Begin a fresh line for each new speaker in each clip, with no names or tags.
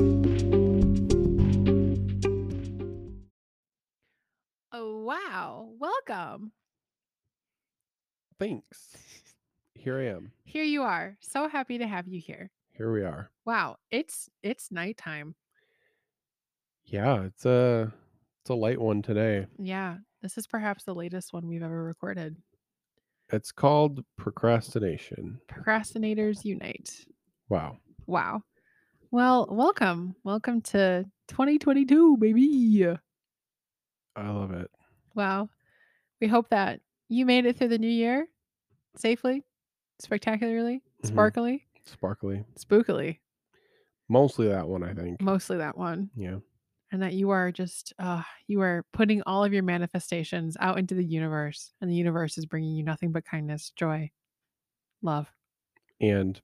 Oh,
am.
Here you are. So happy to have you here.
Here we are.
Wow, it's it's nighttime.
Yeah, it's a it's a light one today.
Yeah, this is perhaps the latest one we've ever recorded.
It's called procrastination.
Procrastinators unite.
Wow.
Wow. Well, welcome. Welcome to 2022, baby.
I love it.
Wow. We hope that you made it through the new year safely, spectacularly,
Mhm.
sparkly,
Sparkly.
spookily.
Mostly that one, I think.
Mostly that one.
Yeah.
and that you are just uh, you are putting all of your manifestations out into the universe and the universe is bringing you nothing but kindness joy love
And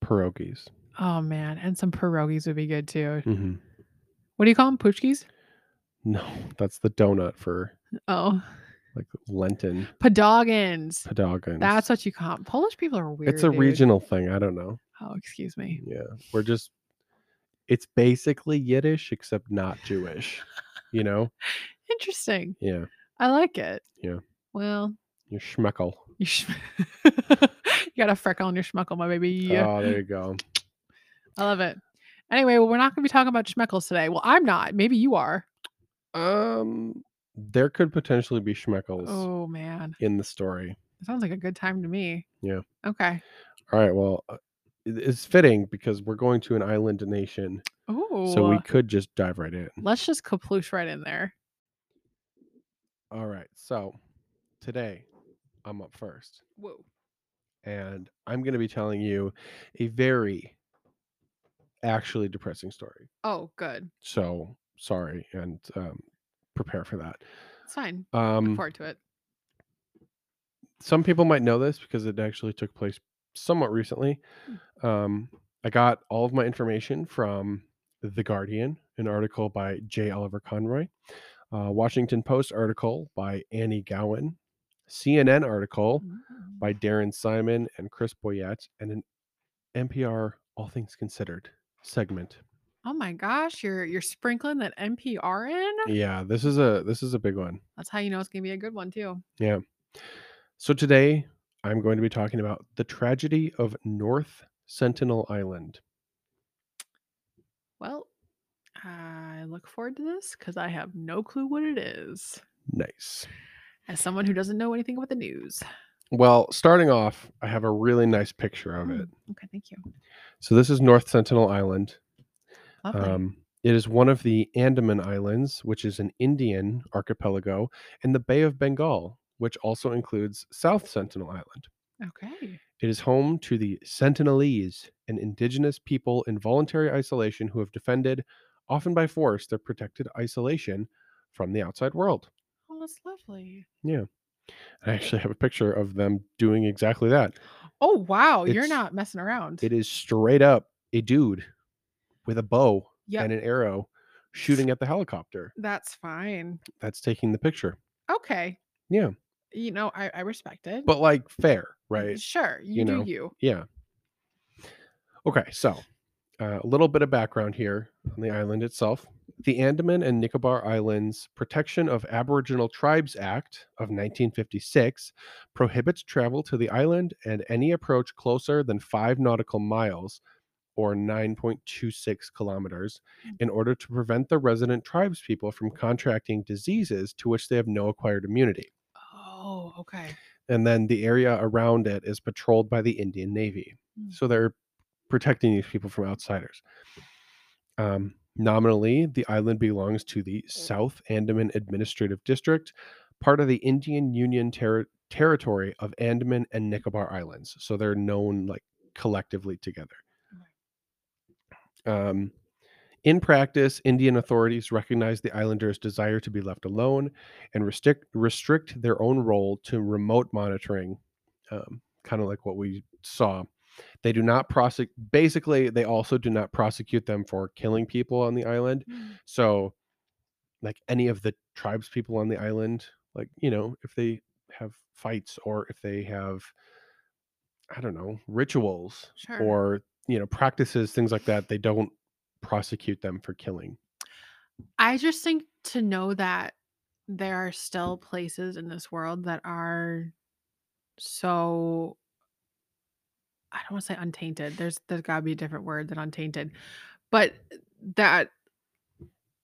pierogies.
oh man and some pierogies would be good too
hmm
what do you call them poochkies
No, that's the donut for
oh
like Lenten
podogans
Padagans.
that's what you call 'em. polish people are weird
it's a
dude.
regional thing. I don't know.
oh excuse me
Yeah. We're just it's basically Yiddish except not Jewish. You know?
interesting
Yeah.
i like it
Yeah.
well
Your schmeckel.
you sh- you got a freckle on your schmuckle my baby
Oh, there you go.
i love it anyway well we're not going to be talking about schmeckles today well i'm not maybe you are
Um, there could potentially be schmeckles
Oh man,
in the story.
it sounds like a good time to me.
Yeah.
Okay.
All right. Well, uh, it- it's fitting because we're going to an island nation,
Ooh. uh
so we could just dive right in.
let's just kaploosh right in there.
All right. So today, I'm up first,
Whoa.
and I'm going to be telling you a very, actually depressing story.
Oh, good.
So sorry, and um, prepare for that.
It's fine. Look
Um,
forward to it.
some people might know this because it actually took place somewhat recently. Um, I got all of my information from The Guardian, an article by J. Oliver Conroy, uh, Washington Post article by Annie Gowan, CNN article
Mm.
by Darren Simon and Chris Boyette, and an NPR All Things Considered segment.
Oh my gosh, you're you're sprinkling that NPR in.
Yeah, this is a this is a big one.
That's how you know it's gonna be a good one too.
So today I'm going to be talking about the tragedy of North Sentinel Island.
Well, I look forward to this because I have no clue what it is.
Nice.
As someone who doesn't know anything about the news.
Well, starting off, I have a really nice picture of
Mm,
it.
Okay, thank you.
So this is North Sentinel Island.
Lovely.
Um, it is one of the Andaman Islands, which is an Indian archipelago, and the Bay of Bengal, which also includes South Sentinel Island.
okay.
It is home to the Sentinelese, an indigenous people in voluntary isolation who have defended, often by force, their protected isolation from the outside world.
Oh, that's lovely.
I actually have a picture of them doing exactly that.
Oh wow, you're
It's-
not messing around.
It is straight up a dude with a bow
Yep.
and an arrow shooting at the helicopter
That's fine.
that's taking the picture.
Okay.
Yeah.
You know, I, I respect it.
But like fair, right?
Sure. You,
you
do
know.
you.
Yeah. Okay, so uh, a little bit of background here on the island itself. The Andaman and Nicobar Islands Protection of Aboriginal Tribes Act of 1956 prohibits travel to the island and any approach closer than five nautical miles or 9.26 kilometers in order to prevent the resident tribespeople from contracting diseases to which they have no acquired immunity.
Oh, okay.
And then the area around it is patrolled by the Indian Navy.
Mm.
So they're protecting these people from outsiders. Um, nominally, the island belongs to the South Andaman Administrative District, part of the Indian Union terri territory of Andaman and Nicobar Islands. So they're known like collectively together. Um, in practice, Indian authorities recognize the islanders' desire to be left alone and restrict restrict their own role to remote monitoring, um, kind of like what we saw. They do not prosecute. Basically, they also do not prosecute them for killing people on the island.
Mm.
So, like any of the tribes people on the island, like you know, if they have fights or if they have, I don't know, rituals
Sure.
or you know practices things like that they don't prosecute them for killing
I just think to know that there are still places in this world that are so don't want to say untainted. There's there's got to be a different word than untainted, but that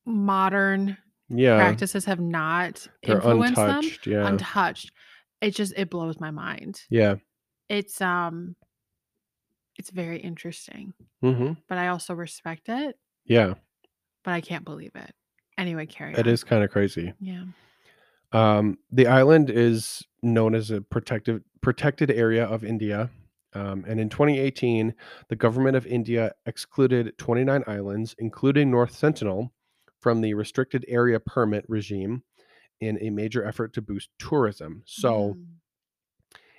modern
Yeah,
practices have not
they're
influenced them
untouched. Yeah,
untouched. It just it blows my mind.
yeah.
It's um, it's very interesting,
hmm
but I also respect it,
Yeah,
but I can't believe it. Anyway, carry
it
on.
is kind of crazy.
Yeah.
Um, the island is known as a protected protected area of India. Um, and in 2018, the government of India excluded 29 islands, including North Sentinel, from the restricted area permit regime in a major effort to boost tourism. So,
Mm.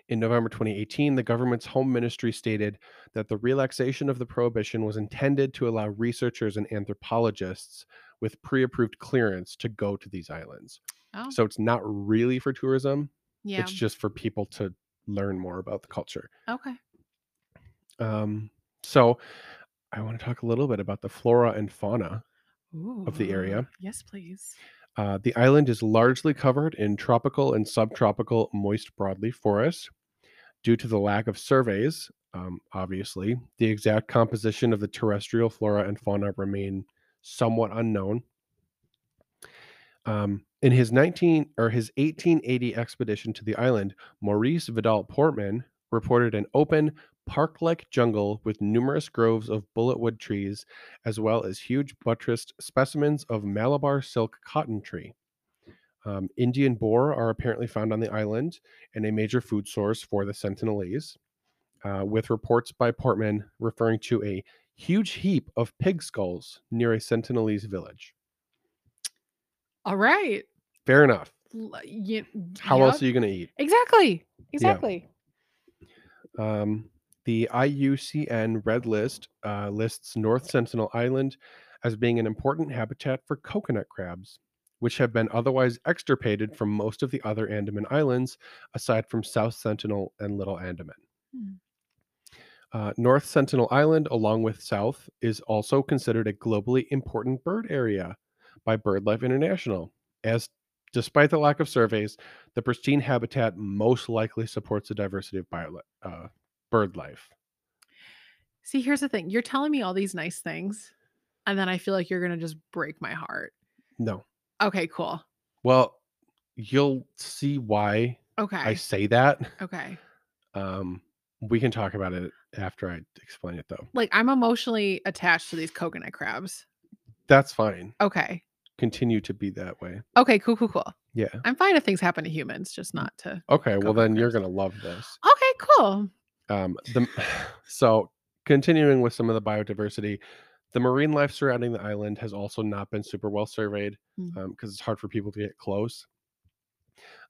in November 2018, the government's home ministry stated that the relaxation of the prohibition was intended to allow researchers and anthropologists with pre approved clearance to go to these islands.
oh,
So it's not really for tourism,
yeah.
it's just for people to learn more about the culture.
Okay.
Um, so I want to talk a little bit about the flora and fauna.
Of
the area.
uh, Yes, please.
Uh, the island is largely covered in tropical and subtropical moist broadleaf forest. Due to the lack of surveys, um, obviously, the exact composition of the terrestrial flora and fauna remain somewhat unknown. Um, in his 19 or his 1880 expedition to the island, Maurice Vidal Portman reported an open park-like jungle with numerous groves of bulletwood trees as well as huge buttressed specimens of Malabar silk cotton tree. Um, Indian boar are apparently found on the island and a major food source for the Sentinelese, uh, with reports by Portman referring to a huge heap of pig skulls near a Sentinelese village.
All right.
Fair enough.
L- ye-
How else
yep.
are you going to eat?
Exactly. Exactly.
Um, the IUCN Red List uh, lists North Sentinel Island as being an important habitat for coconut crabs, which have been otherwise extirpated from most of the other Andaman Islands, aside from South Sentinel and Little Andaman.
Hmm.
Uh, North Sentinel Island, along with South, is also considered a globally important bird area by BirdLife International, as despite the lack of surveys, the pristine habitat most likely supports the diversity of bio- uh, bird life.
See, here's the thing. You're telling me all these nice things, and then I feel like you're gonna just break my heart.
No.
Okay, cool.
Well, you'll see why
Okay.
I say that.
okay.
Um, we can talk about it after I explain it, though.
Like I'm emotionally attached to these coconut crabs.
That's fine.
Okay.
Continue to be that way.
Okay, cool, cool, cool.
Yeah.
I'm fine if things happen to humans, just not to
Okay. Well,
Coconut
then you're
crabs.
going to love this.
Okay, cool.
Um, the, so, continuing with some of the biodiversity, the marine life surrounding the island has also not been super well surveyed
Mm.
because it's hard for people to get close.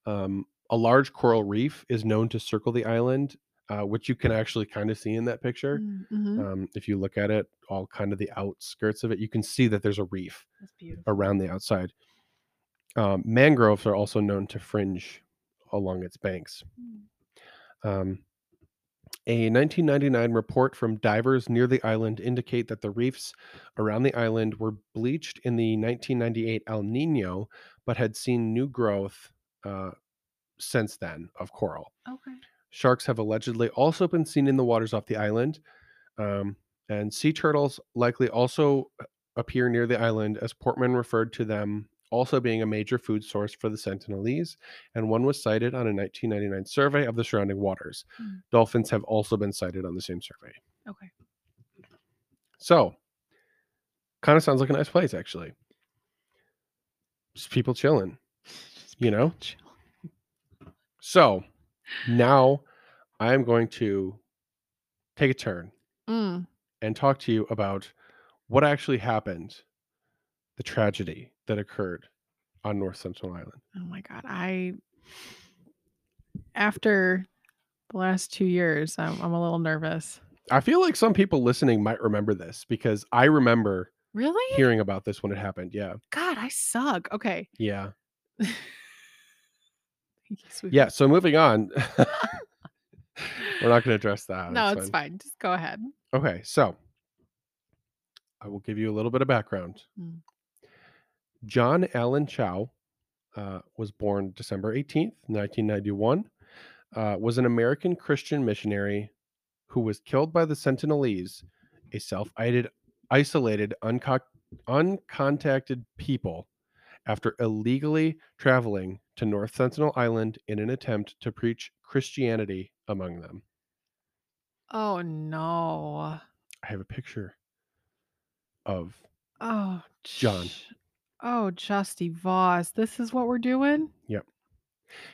Um, a large coral reef is known to circle the island, uh, which you can actually kind of see in that picture.
Mm, mhm.
Um, if you look at it, all kind of the outskirts of it, you can see that there's a reef
That's beautiful.
around the outside. Um, mangroves are also known to fringe along its banks.
Mm.
Um, a 1999 report from divers near the island indicate that the reefs around the island were bleached in the 1998 El Nino, but had seen new growth uh, since then of coral.
Okay.
Sharks have allegedly also been seen in the waters off the island, um, and sea turtles likely also uh, appear near the island, as Portman referred to them also being a major food source for the Sentinelese, and one was cited on a 1999 survey of the surrounding waters.
Mm.
Dolphins have also been cited on the same survey.
Okay.
So, kind of sounds like a nice place, actually. Just people chilling, you know? So, now I'm going to take a turn
Mm.
and talk to you about what actually happened, the tragedy that occurred on North Central Island.
Oh my god, I after the last two years, I'm, I'm a little nervous.
I feel like some people listening might remember this because I remember
Really?
hearing about this when it happened. Yeah.
God, I suck. Okay.
Yeah.
I guess we-
Yeah. So moving on, we're not going to address that.
No,
That's
it's
fine.
fine. Just go ahead.
Okay, so I will give you a little bit of background.
Mm.
John Allen Chow uh, was born December 18th, 1991, uh, was an American Christian missionary who was killed by the Sentinelese, a self-isolated, isolated, unco- uncontacted people, after illegally traveling to North Sentinel Island in an attempt to preach Christianity among them.
Oh no.
I have a picture of
Oh
John.
sh- Oh, Justy Voss. This is what we're doing?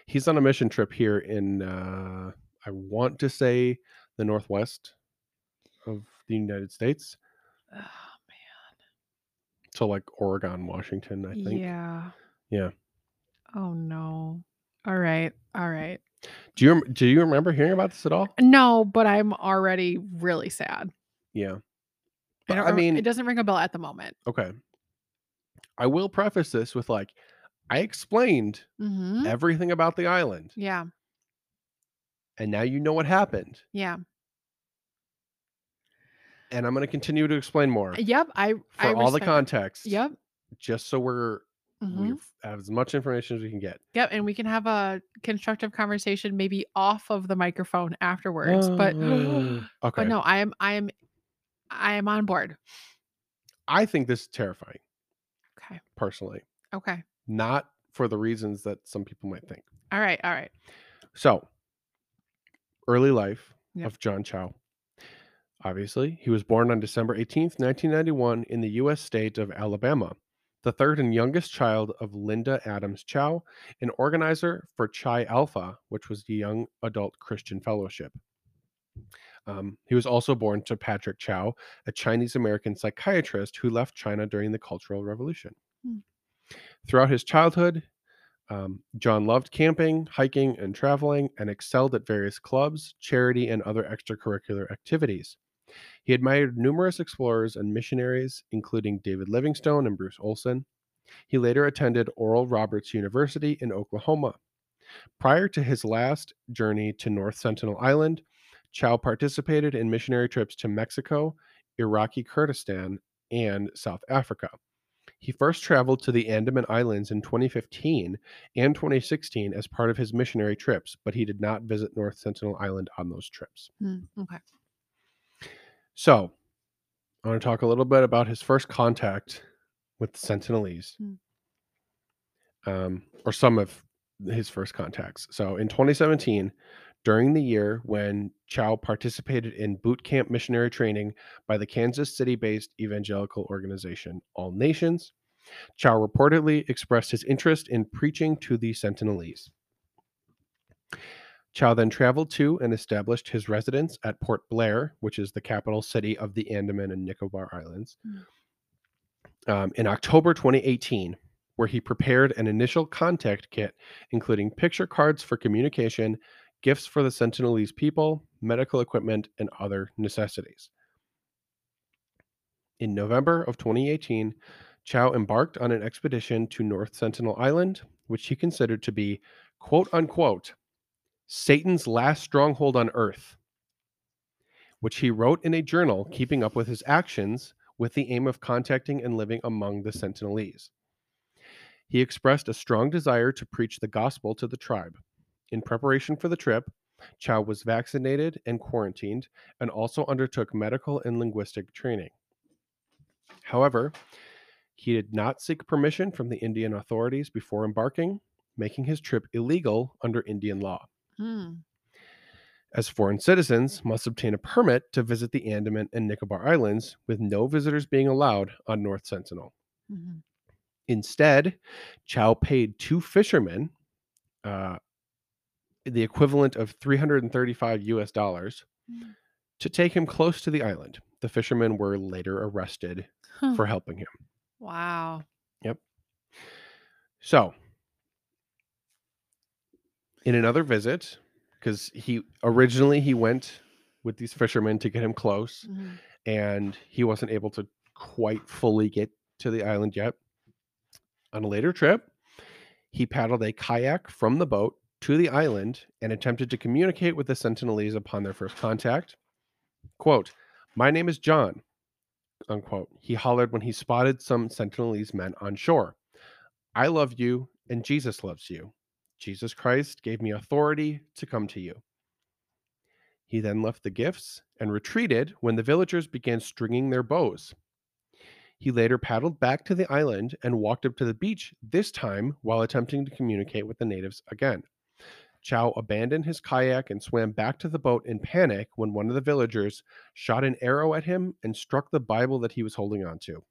he's on a mission trip here in uh i want to say the northwest of the united states
Oh,
so like oregon washington i think
yeah.
Yeah.
Oh no. All right. All right.
do you rem- do you remember hearing about this at all
No, but I'm already really sad.
yeah
I,
But,
don't
I
rem-
mean-
it doesn't ring a bell at the moment.
okay i will preface this with like i explained
hmm
everything about the island
Yeah.
and now you know what happened
Yeah.
and i'm going to continue to explain more
Yep. I
for
I
all the
respect-
context
Yep.
just so we're
mhm.
we have as much information as we can get
Yep, and we can have a constructive conversation maybe off of the microphone afterwards. But
okay
but no, I am I am I am on board.
i think this is terrifying
Okay.
personally
Okay.
not for the reasons that some people might think.
All right. All right.
So, early life
Yep.
of John Chow. Obviously, he was born on December 18th, 1991, in the U.S. state of Alabama, the third and youngest child of Linda Adams Chow, an organizer for Chi Alpha, which was the Young Adult Christian Fellowship. Um, he was also born to Patrick Chow, a Chinese American psychiatrist who left China during the Cultural Revolution.
Hmm.
Throughout his childhood, um, John loved camping, hiking, and traveling, and excelled at various clubs, charity, and other extracurricular activities. He admired numerous explorers and missionaries, including David Livingstone and Bruce Olson. He later attended Oral Roberts University in Oklahoma. Prior to his last journey to North Sentinel Island, Chow participated in missionary trips to Mexico, Iraqi Kurdistan, and South Africa. He first traveled to the Andaman Islands in 2015 and 2016 as part of his missionary trips, but he did not visit North Sentinel Island on those trips.
Mm, okay.
So, I want to talk a little bit about his first contact with the Sentinelese,
Mm.
um, or some of his first contacts. So, in 2017, during the year when Chow participated in boot camp missionary training by the Kansas City based evangelical organization All Nations, Chow reportedly expressed his interest in preaching to the Sentinelese. Chow then traveled to and established his residence at Port Blair, which is the capital city of the Andaman and Nicobar Islands,
Mm.
um, in October 2018, where he prepared an initial contact kit, including picture cards for communication, gifts for the Sentinelese people, medical equipment, and other necessities. In November of 2018, Chow embarked on an expedition to North Sentinel Island, which he considered to be quote unquote Satan's last stronghold on earth, which he wrote in a journal, keeping up with his actions with the aim of contacting and living among the Sentinelese. He expressed a strong desire to preach the gospel to the tribe. In preparation for the trip, Chow was vaccinated and quarantined and also undertook medical and linguistic training. However, he did not seek permission from the Indian authorities before embarking, making his trip illegal under Indian law
Mm, mhm.
Instead, Chow paid two fishermen uh, the equivalent of 335 US dollars
Mm.
to take him close to the island. The fishermen were later arrested
Huh.
for helping him.
wow.
So, in another visit, because he originally he went with these fishermen to get him close,
Mhm.
and he wasn't able to quite fully get to the island yet. On a later trip, he paddled a kayak from the boat to the island and attempted to communicate with the Sentinelese upon their first contact. Quote, My name is John, unquote. He hollered when he spotted some Sentinelese men on shore. I love you and Jesus loves you. Jesus Christ gave me authority to come to you. He then left the gifts and retreated when the villagers began stringing their bows. He later paddled back to the island and walked up to the beach, this time while attempting to communicate with the natives again. Chow abandoned his kayak and swam back to the boat in panic when one of the villagers shot an arrow at him and struck the Bible that he was holding onto.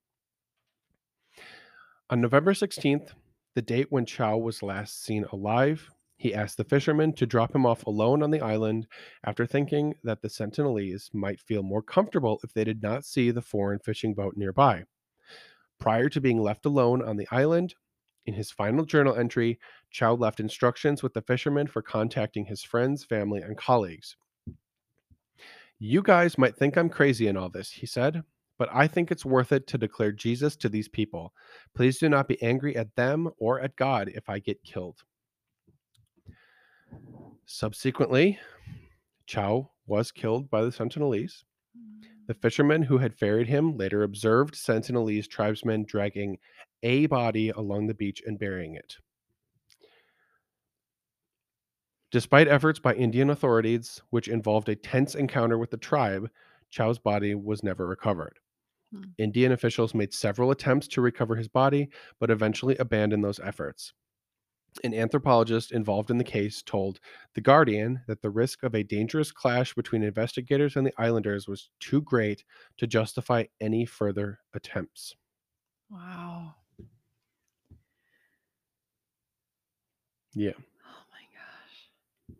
On November 16th, the date when Chow was last seen alive, he asked the fishermen to drop him off alone on the island after thinking that the Sentinelese might feel more comfortable if they did not see the foreign fishing boat nearby. Prior to being left alone on the island, in his final journal entry, Chow left instructions with the fishermen for contacting his friends, family, and colleagues. You guys might think I'm crazy in all this, he said, but I think it's worth it to declare Jesus to these people. Please do not be angry at them or at God if I get killed. Subsequently, Chow was killed by the Sentinelese.
Mm-hmm.
The fishermen who had ferried him later observed Sentinelese tribesmen dragging a body along the beach and burying it. Despite efforts by Indian authorities, which involved a tense encounter with the tribe, Chow's body was never recovered.
Hmm.
Indian officials made several attempts to recover his body, but eventually abandoned those efforts. An anthropologist involved in the case told The Guardian that the risk of a dangerous clash between investigators and the islanders was too great to justify any further attempts.
Wow.
Yeah.
Oh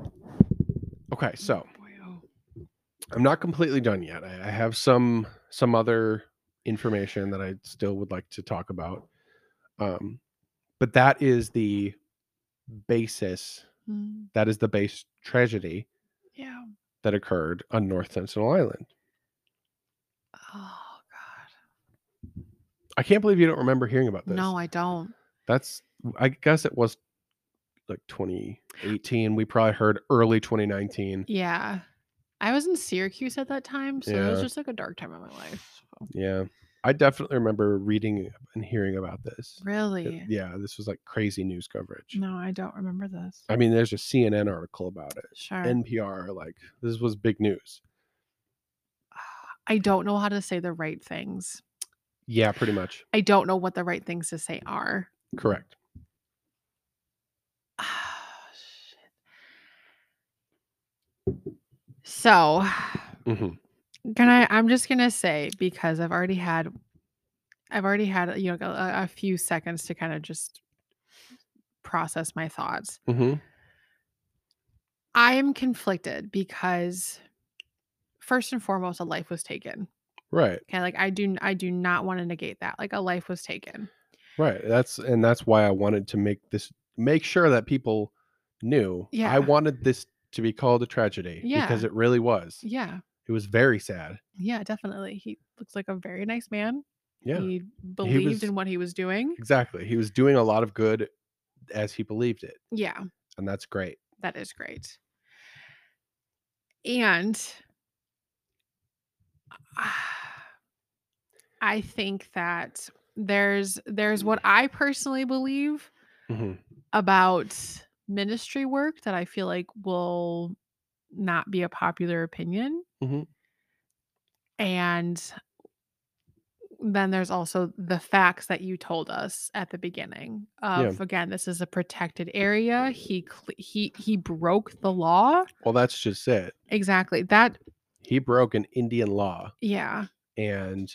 my
Okay,
gosh.
so
Boy, oh.
I'm not completely done yet. I, I have some some other information that I still would like to talk about. Um, but that is the basis.
Mm,
That is the base tragedy
yeah.
that occurred on North Sentinel Island.
Oh God.
I can't believe you don't remember hearing about this.
No, I don't.
that's. I guess it was like 2018. We probably heard early 2019.
Yeah. I was in Syracuse at that time, so it was
Yeah.
just like a dark time in my life. So-
Yeah, I definitely remember reading and hearing about this. It-
Really?
yeah, this was like crazy news coverage.
No, I don't remember this.
I mean, there's a CNN article about it.
Sure.
NPR, like this was big news.
I don't know how to say the right things.
Yeah, pretty much
I don't know what the right things to say are.
correct.
Ah, shit. So,
hmm
can I? I'm just gonna say because I've already had, I've already had uh, you know a, a few seconds to kind of just process my thoughts.
hmm
I am conflicted because first and foremost, a life was taken.
Right,
Okay, like I do, I do not want to negate that. Like a life was taken.
right. That's and that's why I wanted to make this make sure that people knew.
Yeah.
I wanted this to be called a tragedy because
Yeah.
it really was.
Yeah,
It was very sad.
yeah, definitely. He looks like a very nice man.
Yeah,
He believed
was-
in what he was doing.
exactly. He was doing a lot of good as he believed it,
Yeah.
and that's great.
That is great. And ah, I think that there's there's what I personally believe
hmm
about ministry work that I feel like will not be a popular opinion.
Mhm.
And then there's also the facts that you told us at the beginning
Yeah.
of again this is a protected area he cle he he broke the law
Well, that's just it.
exactly that
He broke an Indian law,
yeah
and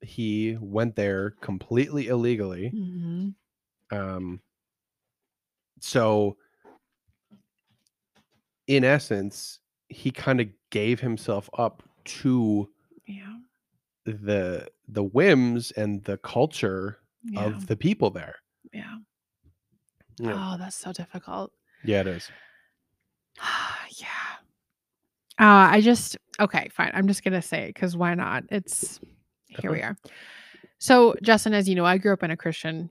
he went there completely illegally.
Mhm.
Um, so, in essence, he kind of gave himself up to
yeah
the the whims and the culture
yeah
of the people there.
yeah
Yeah,
oh that's so difficult
yeah it is.
yeah. Uh, I just okay, fine. I'm just gonna say it because why not? It's here we are. So Justin, as you know, I grew up in a Christian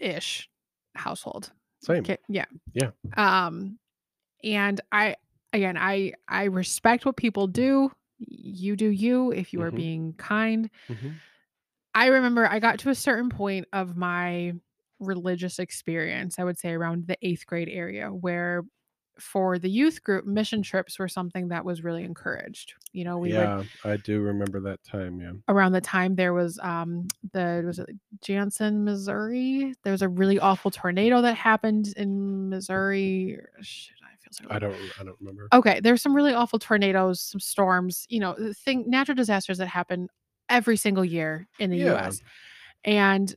ish household.
Same.
Okay, yeah.
Yeah.
Um, and I again, I I respect what people do. You do you if you are
Mhm.
being kind.
Mhm.
I remember I got to a certain point of my religious experience, I would say around the eighth grade area, where for the youth group, mission trips were something that was really encouraged. You know, we would
yeah, I do remember that time. Yeah.
around the time there was um the was it Jansen, Missouri? There was a really awful tornado that happened in Missouri. Shit, I feel so
I don't. I don't remember.
Okay, there's some really awful tornadoes, some storms, you know, the thing natural disasters that happen every single year in the
Yeah.
US. And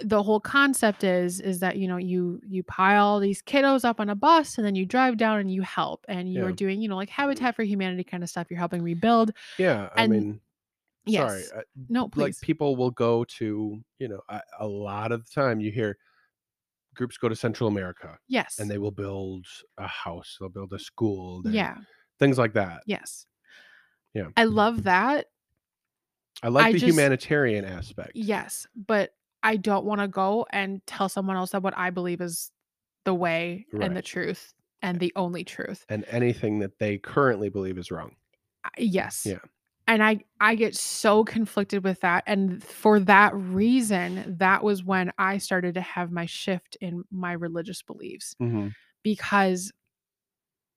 the whole concept is is that you know you you pile these kiddos up on a bus and then you drive down and you help and you're
Yeah. Mm.
doing you know like habitat for humanity kind of stuff you're helping rebuild
yeah. I
and-
mean,
yes
sorry. I,
no please
like people will go to you know a, a lot of the time you hear groups go to Central America
yes
and they will build a house. They'll build a school. they-
yeah
Things like that.
yes
Yeah.
i love that
I like
I
the
just-
humanitarian aspect.
Yes, but I don't want to go and tell someone else that what I believe is the way and the
Right.
truth and the only truth.
And anything that they currently believe is wrong.
I- Yes.
Yeah.
And I I get so conflicted with that and for that reason that was when I started to have my shift in my religious beliefs
Mm-hmm.
because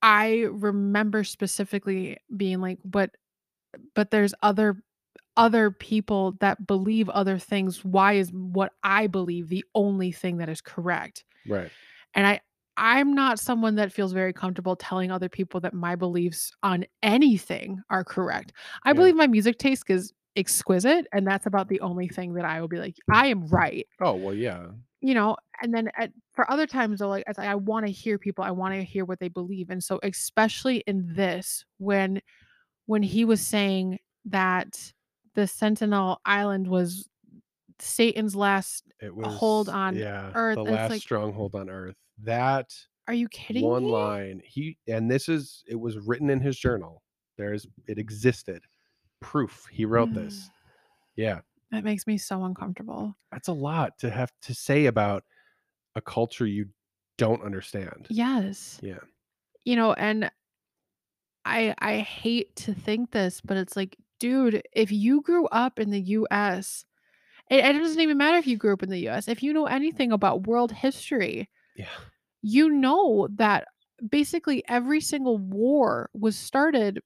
I remember specifically being like but but there's other other people that believe other things why is what I believe the only thing that is correct
Right.
and I I'm not someone that feels very comfortable telling other people that my beliefs on anything are correct. I
Yeah.
believe my music taste is exquisite and that's about the only thing that I will be like I am right
Oh well, yeah.
you know and then at, for other times though like it's like i want to hear people i want to hear what they believe and so especially in this when when he was saying that the sentinel island was satan's last
It was
hold on
yeah,
Earth,
The
and it's
last
like-
stronghold on Earth. That
are you kidding
one
me
line. He and this is it was written in his journal. There's it existed. Proof. He wrote
Mm.
this. Yeah.
that makes me so uncomfortable
That's a lot to have to say about a culture you don't understand.
yes
Yeah.
you know and i i hate to think this but it's like dude if you grew up in the us it, it doesn't even matter if you grew up in the us if you know anything about world history
Yeah.
you know that basically every single war was started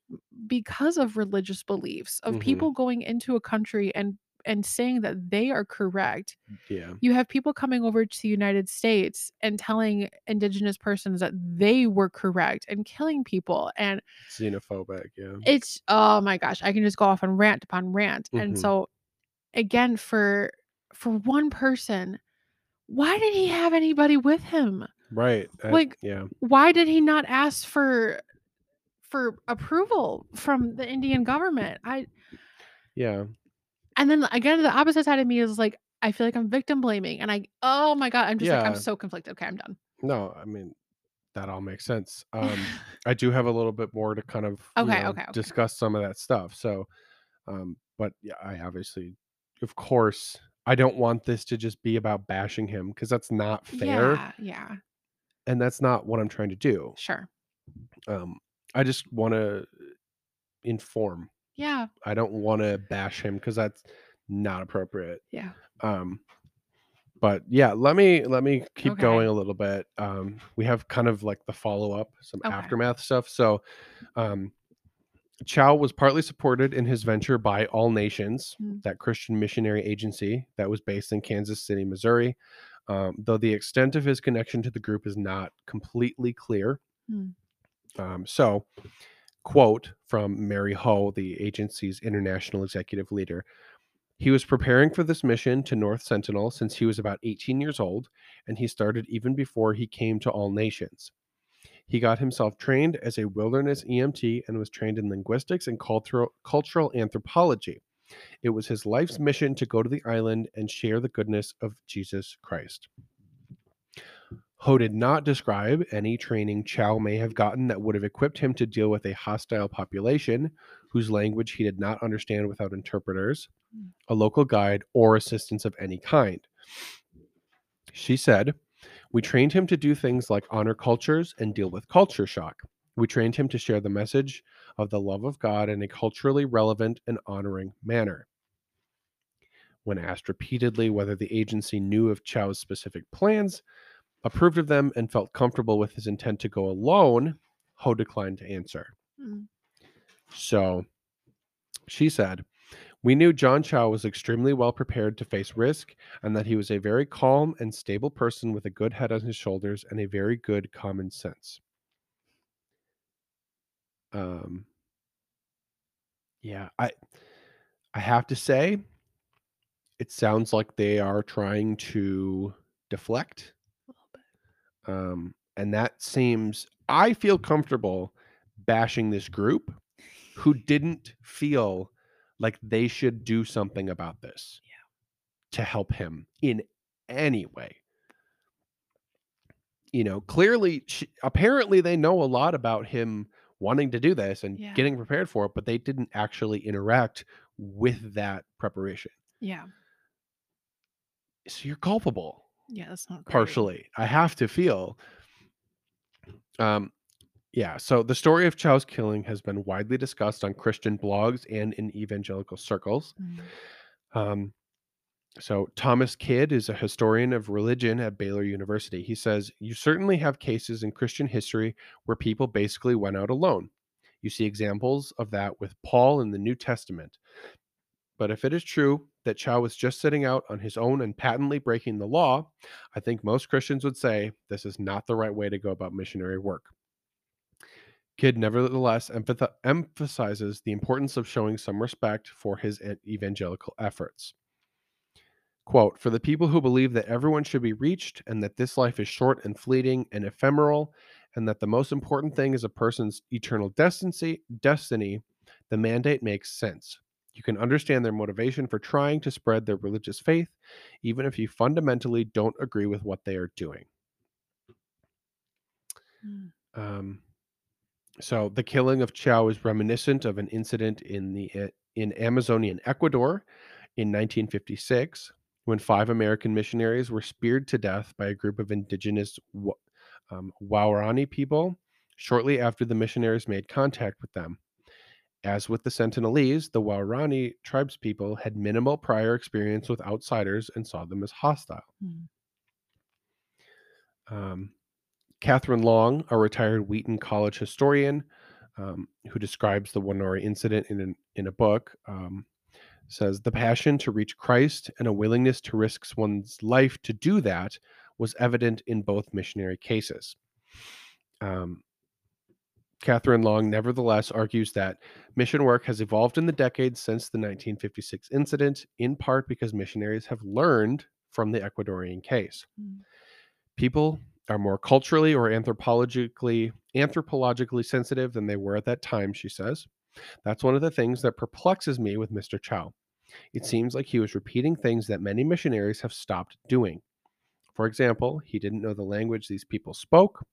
because of religious beliefs of
Mhm.
people going into a country and and saying that they are correct
Yeah.
you have people coming over to the united states and telling indigenous persons that they were correct and killing people and
Xenophobic. Yeah.
it's oh my gosh i can just go off on rant upon rant
Mhm.
and so again for for one person why did he have anybody with him
Right. I-
like-
yeah.
why did he not ask for for approval from the Indian government? I
Yeah.
and then again the opposite side of me is like I feel like I'm victim blaming and I oh my god I'm just like
Yeah.
I'm so conflicted. Okay, I'm done.
No, I mean that all makes sense. Um I do have a little bit more to kind of you
Okay,
know,
okay, okay.
discuss some of that stuff. So, um, but yeah, I obviously, of course, I don't want this to just be about bashing him because that's not fair
Yeah, yeah,
and that's not what I'm trying to do.
sure,
Um, I just want to inform.
yeah,
I don't want to bash him because that's not appropriate.
yeah.
Um, but yeah, let me let me keep
Okay.
going a little bit. Um, we have kind of like the follow up, some
Okay.
aftermath stuff. So, um, Chow was partly supported in his venture by All Nations,
Mm.
that Christian missionary agency that was based in Kansas City, Missouri. Um, though the extent of his connection to the group is not completely clear.
Mm.
Um, so, quote from Mary Ho, the agency's international executive leader. He was preparing for this mission to North Sentinel since he was about 18 years old, and he started even before he came to All Nations. He got himself trained as a wilderness EMT and was trained in linguistics and cultural, cultural anthropology. It was his life's mission to go to the island and share the goodness of Jesus Christ. Ho did not describe any training Chow may have gotten that would have equipped him to deal with a hostile population whose language he did not understand without interpreters,
Mm.
a local guide, or assistance of any kind. She said, We trained him to do things like honor cultures and deal with culture shock. We trained him to share the message of the love of God in a culturally relevant and honoring manner. When asked repeatedly whether the agency knew of Chow's specific plans, approved of them and felt comfortable with his intent to go alone, Ho declined to answer.
Mm.
So she said, We knew John Chow was extremely well prepared to face risk and that he was a very calm and stable person with a good head on his shoulders and a very good common sense. Um, yeah, I I have to say it sounds like they are trying to deflect. Um, and that seems I feel comfortable bashing this group who didn't feel like they should do something about this to help him in any way. You know, clearly, she, apparently, they know a lot about him wanting to do this and
Yeah.
getting prepared for it, but they didn't actually interact with that preparation.
Yeah.
So you're culpable.
Yeah. That's not great.
partially. I have to feel. Um, yeah. So the story of Chow's killing has been widely discussed on Christian blogs and in evangelical circles.
Mm.
Um, so Thomas Kidd is a historian of religion at Baylor University. He says, You certainly have cases in Christian history where people basically went out alone. You see examples of that with Paul in the New Testament. But if it is true that Chow was just sitting out on his own and patently breaking the law, I think most Christians would say this is not the right way to go about missionary work. Kidd nevertheless emphathi- emphasizes the importance of showing some respect for his e- evangelical efforts. Quote For the people who believe that everyone should be reached and that this life is short and fleeting and ephemeral, and that the most important thing is a person's eternal destiny, destiny the mandate makes sense. You can understand their motivation for trying to spread their religious faith, even if you fundamentally don't agree with what they are doing.
Mm.
Um, so the killing of Chow is reminiscent of an incident in the A- in Amazonian Ecuador in 1956 when five American missionaries were speared to death by a group of indigenous Wa- um, Waurani people shortly after the missionaries made contact with them. As with the Sentinelese, the Waurani tribespeople had minimal prior experience with outsiders and saw them as hostile.
Mm.
Um, Catherine Long, a retired Wheaton College historian um, who describes the Wanori incident in, an, in a book, um, says the passion to reach Christ and a willingness to risk one's life to do that was evident in both missionary cases. Um, Catherine Long, nevertheless, argues that mission work has evolved in the decades since the 1956 incident, in part because missionaries have learned from the Ecuadorian case
Mm.
people are more culturally or anthropologically anthropologically sensitive than they were at that time she says that's one of the things that perplexes me with mr chow it seems like he was repeating things that many missionaries have stopped doing for example he didn't know the language these people spoke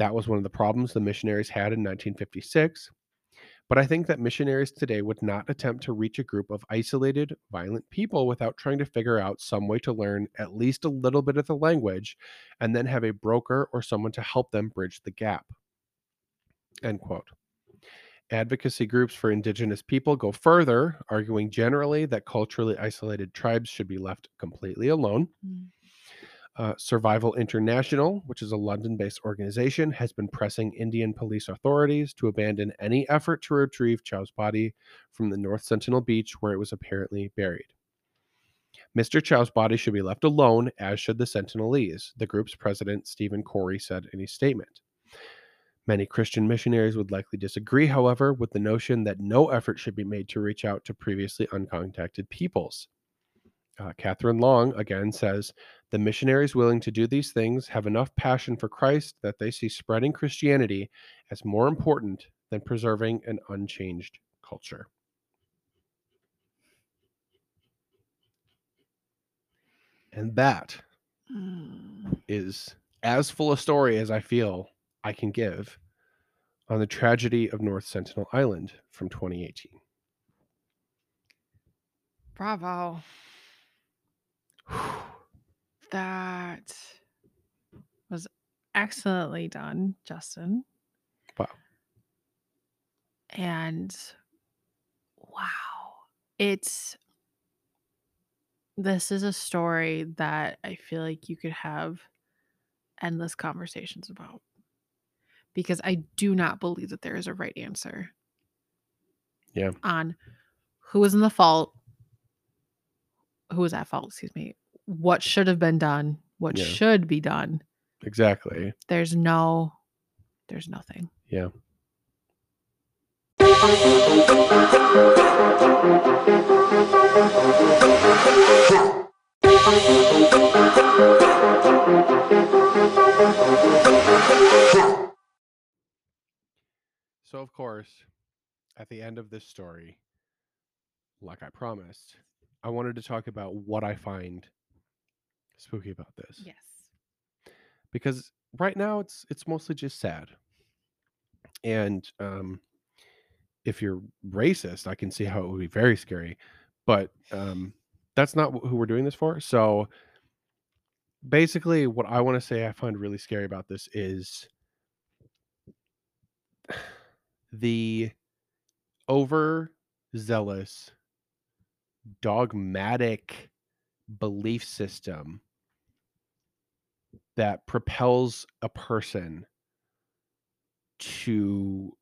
that was one of the problems the missionaries had in 1956 but i think that missionaries today would not attempt to reach a group of isolated violent people without trying to figure out some way to learn at least a little bit of the language and then have a broker or someone to help them bridge the gap. End quote. Advocacy groups for indigenous people go further, arguing generally that culturally isolated tribes should be left completely alone.
Mm.
Uh, Survival International, which is a London based organization, has been pressing Indian police authorities to abandon any effort to retrieve Chow's body from the North Sentinel beach where it was apparently buried. Mr. Chow's body should be left alone, as should the Sentinelese, the group's president, Stephen Corey, said in a statement. Many Christian missionaries would likely disagree, however, with the notion that no effort should be made to reach out to previously uncontacted peoples. Uh, Catherine Long again says the missionaries willing to do these things have enough passion for Christ that they see spreading Christianity as more important than preserving an unchanged culture. And that
Mm.
is as full a story as I feel I can give on the tragedy of North Sentinel Island from 2018.
Bravo. That was excellently done, Justin.
Wow.
And wow. It's this is a story that I feel like you could have endless conversations about because I do not believe that there is a right answer.
Yeah.
On who was in the fault, who was at fault, excuse me, what should have been done, what
Yeah.
should be done.
Exactly.
There's no, there's nothing.
Yeah. So, of course, at the end of this story, like I promised, I wanted to talk about what I find spooky about this
Yes.
because right now it's it's mostly just sad and um if you're racist i can see how it would be very scary but um that's not wh- who we're doing this for so basically what i want to say i find really scary about this is the over zealous dogmatic belief system that propels a person to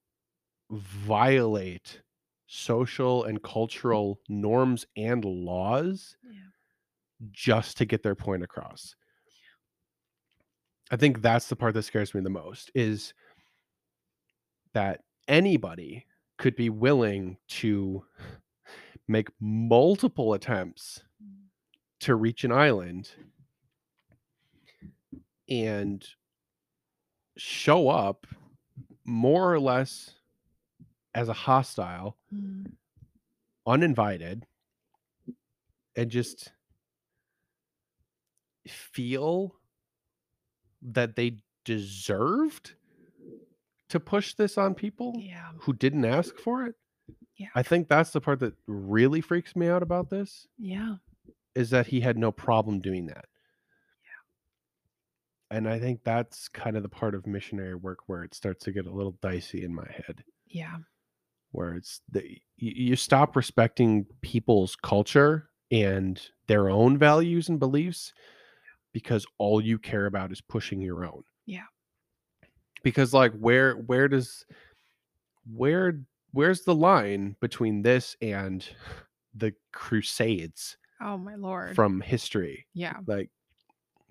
violate social and cultural norms and laws
Yeah.
just to get their point across. I think that's the part that scares me the most is that anybody could be willing to make multiple attempts to reach an island and show up more or less as a hostile,
Mm.
uninvited, and just feel that they deserved to push this on people
Yeah.
who didn't ask for it.
Yeah.
I think that's the part that really freaks me out about this
Yeah.
is that he had no problem doing that. Yeah. And I think that's kind of the part of missionary work where it starts to get a little dicey in my head,
Yeah.
where it's the y- you stop respecting people's culture and their own values and beliefs because all you care about is pushing your own.
Yeah.
Because like where where does where where's the line between this and the crusades
Oh my lord.
from history?
yeah.
like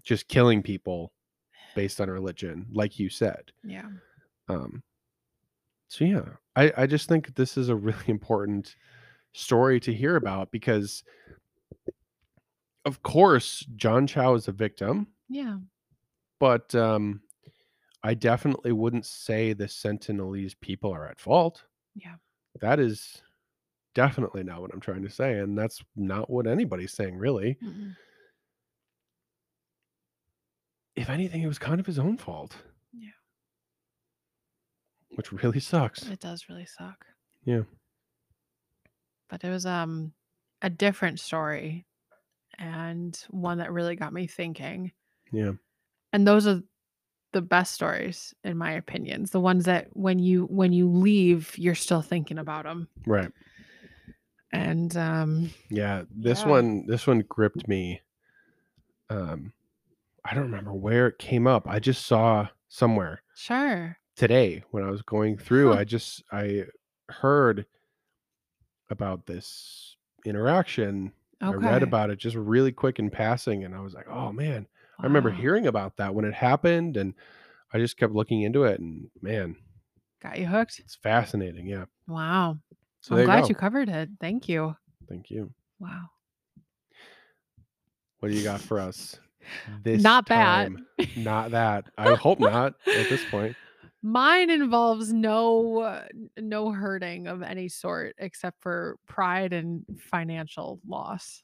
just killing people based on religion like you said
Yeah.
um so yeah i i just think this is a really important story to hear about because of course john chow is a victim
Yeah.
but um i definitely wouldn't say the sentinelese people are at fault
Yeah.
that is definitely not what i'm trying to say and that's not what anybody's saying really
Mm-mm.
if anything, it was kind of his own fault.
Yeah.
Which really sucks.
It does really suck.
Yeah.
But it was um a different story and one that really got me thinking.
Yeah.
And those are the best stories in my opinions. The ones that when you when you leave you're still thinking about them.
Right.
And um
Yeah. This
Yeah.
one, this one gripped me. Um, I don't remember where it came up. I just saw somewhere
sure.
today when I was going through.
Huh.
I just I heard about this interaction.
Okay.
I read about it just really quick in passing, and I was like, oh man, I remember
Wow.
hearing about that when it happened, and I just kept looking into it, and man,
Got you hooked.
it's fascinating. Yeah.
Wow.
So
I'm
there
glad
you go.
you covered it. Thank you.
Thank you.
Wow.
What do you got for us? This
Not bad.
time? Not that. I hope not at this point.
Mine involves no uh, n- no hurting of any sort except for pride and financial loss.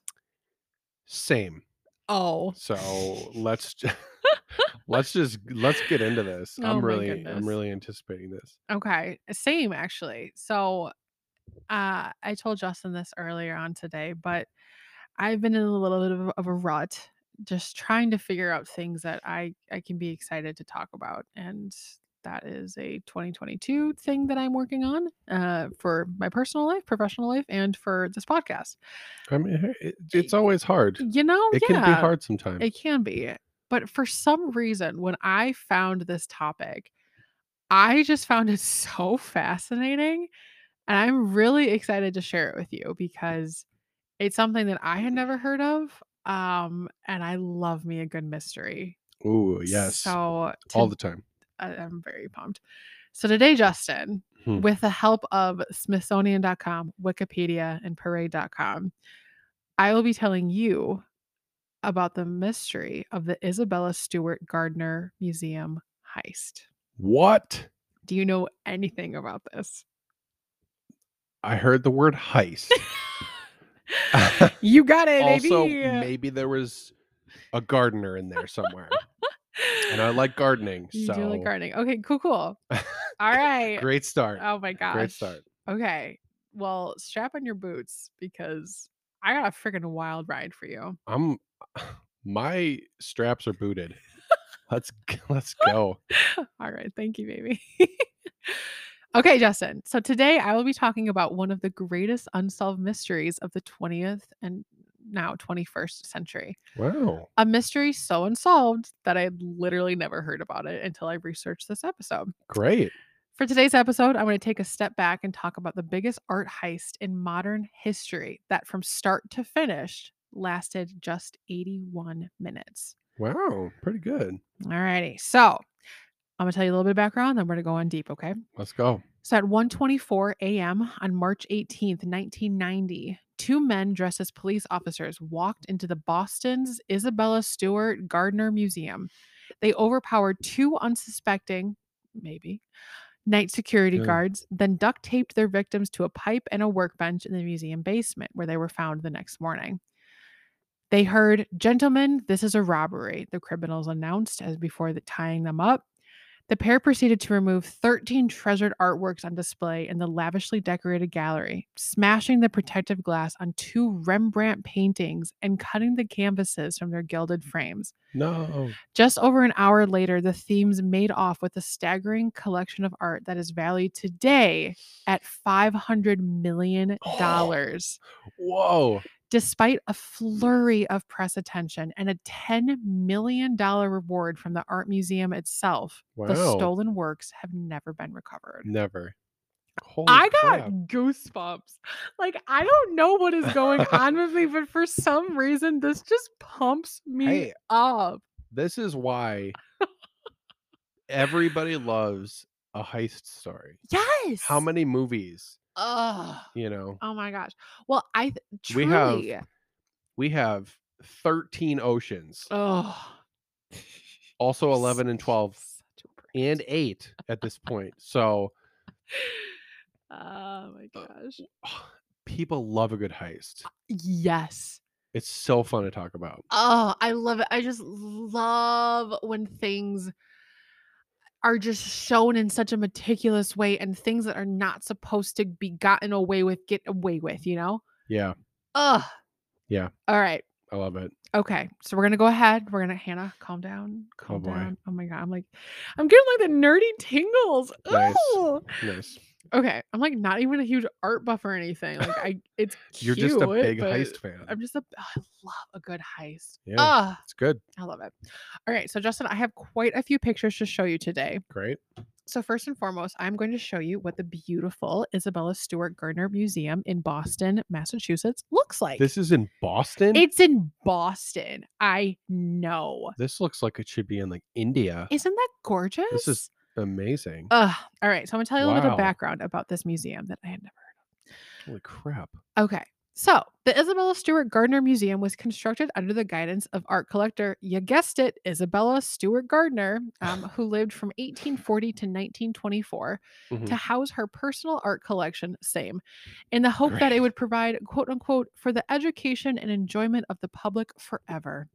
Same.
Oh.
So let's ju- let's just let's get into this.
Oh
I'm
my
really I'm
goodness.
really anticipating this.
Okay. Same actually. So uh I told Justin this earlier on today, but I've been in a little bit of, a- of a rut just trying to figure out things that I I can be excited to talk about and that is a 2022 thing that I'm working on uh, for my personal life, professional life, and for this podcast.
I mean, hey, it, it's always hard.
You know,
It
Oh, yeah.
can be hard sometimes.
It can be. But for some reason, when I found this topic, I just found it so fascinating. And I'm really excited to share it with you because it's something that I had never heard of. Um, and I love me a good mystery.
Ooh, yes.
So
All
to-
the time.
I- I'm very pumped. So today, Justin,
Hmm.
with the help of Smithsonian.com, Wikipedia, and Parade.com, I will be telling you about the mystery of the Isabella Stewart Gardner Museum heist.
What?
Do you know anything about this?
I heard the word heist.
you got it,
also,
baby.
maybe there was a gardener in there somewhere. and I like gardening.
you
so
do like gardening. Okay, cool, cool. All right.
great start.
Oh my gosh.
great start.
Okay. Well, strap on your boots because I got a freaking wild ride for you.
I'm my straps are booted. let's g- let's go.
All right. Thank you, baby. okay, Justin. So today I will be talking about one of the greatest unsolved mysteries of the 20th and now 21st century.
Wow.
A mystery so unsolved that I had literally never heard about it until I researched this episode.
Great.
For today's episode, I'm going to take a step back and talk about the biggest art heist in modern history that from start to finish lasted just 81 minutes.
Wow. Pretty good.
All righty. So I'm going to tell you a little bit of background, then we're going to go on deep, okay?
Let's go.
So at 1:24 a.m. on March 18th, 1990, two men dressed as police officers walked into the Boston's Isabella Stewart Gardner Museum. They overpowered two unsuspecting, maybe, night security
Yeah.
guards, then duct taped their victims to a pipe and a workbench in the museum basement where they were found the next morning. They heard, Gentlemen, this is a robbery, the criminals announced as before the tying them up. The pair proceeded to remove 13 treasured artworks on display in the lavishly decorated gallery, smashing the protective glass on two Rembrandt paintings and cutting the canvases from their gilded frames.
No.
Just over an hour later, the thieves made off with a staggering collection of art that is valued today at $500 million
Whoa.
despite a flurry of press attention and a $10 million reward from the art museum itself, the
Wow.
stolen works have never been recovered.
Never. Holy
I got
crap.
goosebumps. Like, I don't know what is going on with me, but for some reason, this just pumps me
Hey.
up.
This is why everybody loves a heist story.
Yes.
How many movies,
Ugh.
you know?
Oh my gosh. Well, I th-
We
truly.
have- We have 13 oceans,
Oh.
also 11 and 12 and 8 at this point. So,
Oh my gosh.
people love a good heist.
Ah. Yes.
It's so fun to talk about.
Oh, I love it. I just love when things are just shown in such a meticulous way and things that are not supposed to be gotten away with get away with, you know?
Yeah,
Ugh.
Yeah.
All right.
I love it.
Okay. So we're gonna go ahead. We're gonna Hannah, calm down. Calm
boy.
down. Oh my god. I'm like, I'm getting like the nerdy tingles.
Nice.
Ooh.
Nice.
Okay. I'm like not even a huge art buff or anything. Like I it's
You're just a
cute,
big
but
heist fan.
I'm just a I love a good heist.
Yeah.
Ugh.
it's good.
I love it. All right. So, Justin, I have quite a few pictures to show you today.
Great.
So, first and foremost, I'm going to show you what the beautiful Isabella Stewart Gardner Museum in Boston, Massachusetts looks like.
This is in Boston.
it's in Boston. I know.
this looks like it should be in like India.
Isn't that gorgeous?
This is amazing.
Ugh. All right. So, I'm going to tell you a little bit
Wow.
of background about this museum that I had never
Holy crap.
Okay. So, the Isabella Stewart Gardner Museum was constructed under the guidance of art collector, you guessed it, Isabella Stewart Gardner, um, who lived from 1840 to 1924,
Mhm.
to house her personal art collection, same, in the hope that
Great.
it would provide, quote unquote, for the education and enjoyment of the public forever.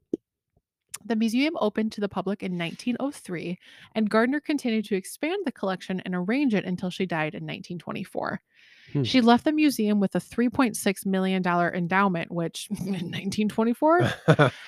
The museum opened to the public in 1903, and Gardner continued to expand the collection and arrange it until she died in 1924.
Hmm.
She left the museum with a $3.6 million endowment, which in 1924,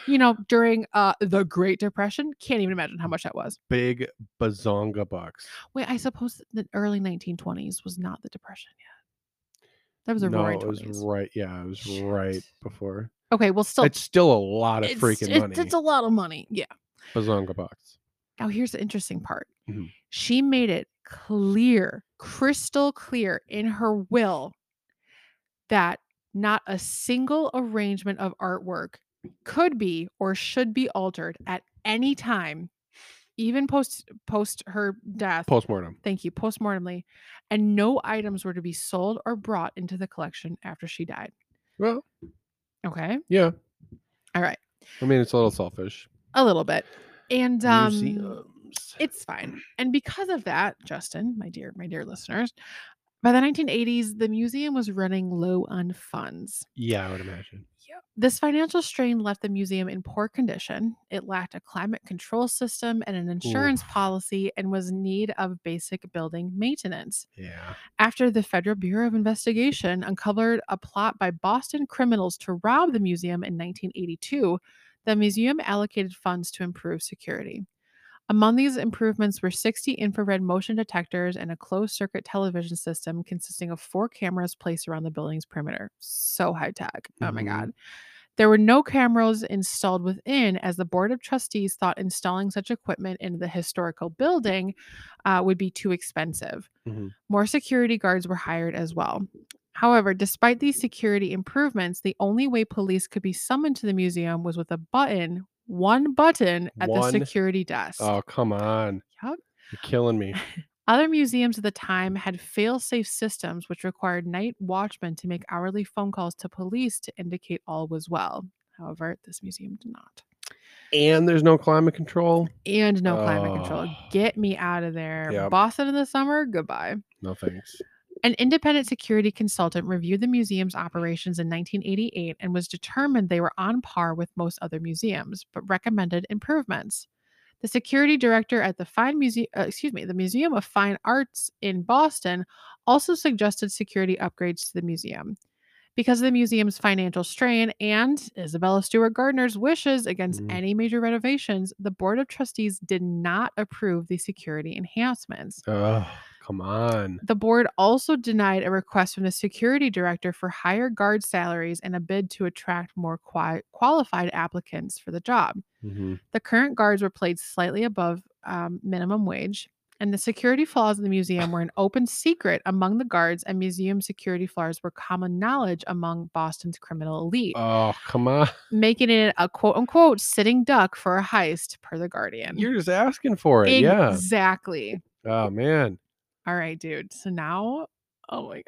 you know, during uh, the Great Depression, can't even imagine how much that was.
Big bazonga bucks.
Wait, I suppose the early 1920s was not the Depression yet. That was a
no,
roaring
it was
20s.
right. Yeah, it was right
Shit.
before.
Okay, well, still,
it's still a lot of
it's-
freaking
it's-
money.
It's a lot of money. Yeah.
Bazonga box.
Now, here's the interesting part.
Mhm.
She made it clear, crystal clear in her will that not a single arrangement of artwork could be or should be altered at any time, even post post her death.
Postmortem.
thank you, postmortemly, and no items were to be sold or brought into the collection after she died.
Well,
Okay,
yeah.
all right,
I mean, it's a little selfish.
a little bit, and um,
Museums.
It's fine. And because of that, Justin, my dear, my dear listeners, by the 1980s, the museum was running low on funds.
yeah, I would imagine.
This financial strain left the museum in poor condition. It lacked a climate control system and an insurance policy and was in need of basic building maintenance.
Yeah.
After the Federal Bureau of Investigation uncovered a plot by Boston criminals to rob the museum in 1982, the museum allocated funds to improve security. Among these improvements were 60 infrared motion detectors and a closed circuit television system consisting of four cameras placed around the building's perimeter. So high tech. Oh my
Mhm.
God. There were no cameras installed within, as the Board of Trustees thought installing such equipment in the historical building uh, would be too expensive.
Mhm.
More security guards were hired as well. However, despite these security improvements, the only way police could be summoned to the museum was with a button, one button at
One-
the security desk.
Oh, come on.
Yup.
You're killing me.
Other museums at the time had fail safe systems, which required night watchmen to make hourly phone calls to police to indicate all was well. However, this museum did not.
And there's no climate control.
And no climate control.
Oh.
Get me out of there.
Yep.
Boston in the summer, goodbye.
No thanks.
An independent security consultant reviewed the museum's operations in 1988 and was determined they were on par with most other museums, but recommended improvements. The security director at the Fine Museum, uh, excuse me, the Museum of Fine Arts in Boston, also suggested security upgrades to the museum. Because of the museum's financial strain and Isabella Stewart Gardner's wishes against
Mhm.
any major renovations, the Board of Trustees did not approve the security enhancements.
Oh, come on.
The board also denied a request from the security director for higher guard salaries and a bid to attract more qui- qualified applicants for the job.
Mhm.
The current guards were paid slightly above um, minimum wage, and the security flaws in the museum were an open secret among the guards, and museum security flaws were common knowledge among Boston's criminal elite,
Oh, come on.
making it a quote unquote sitting duck for a heist, per The Guardian.
You're just asking for it. Yeah.
Exactly.
Oh, man.
All right, dude. So now, oh my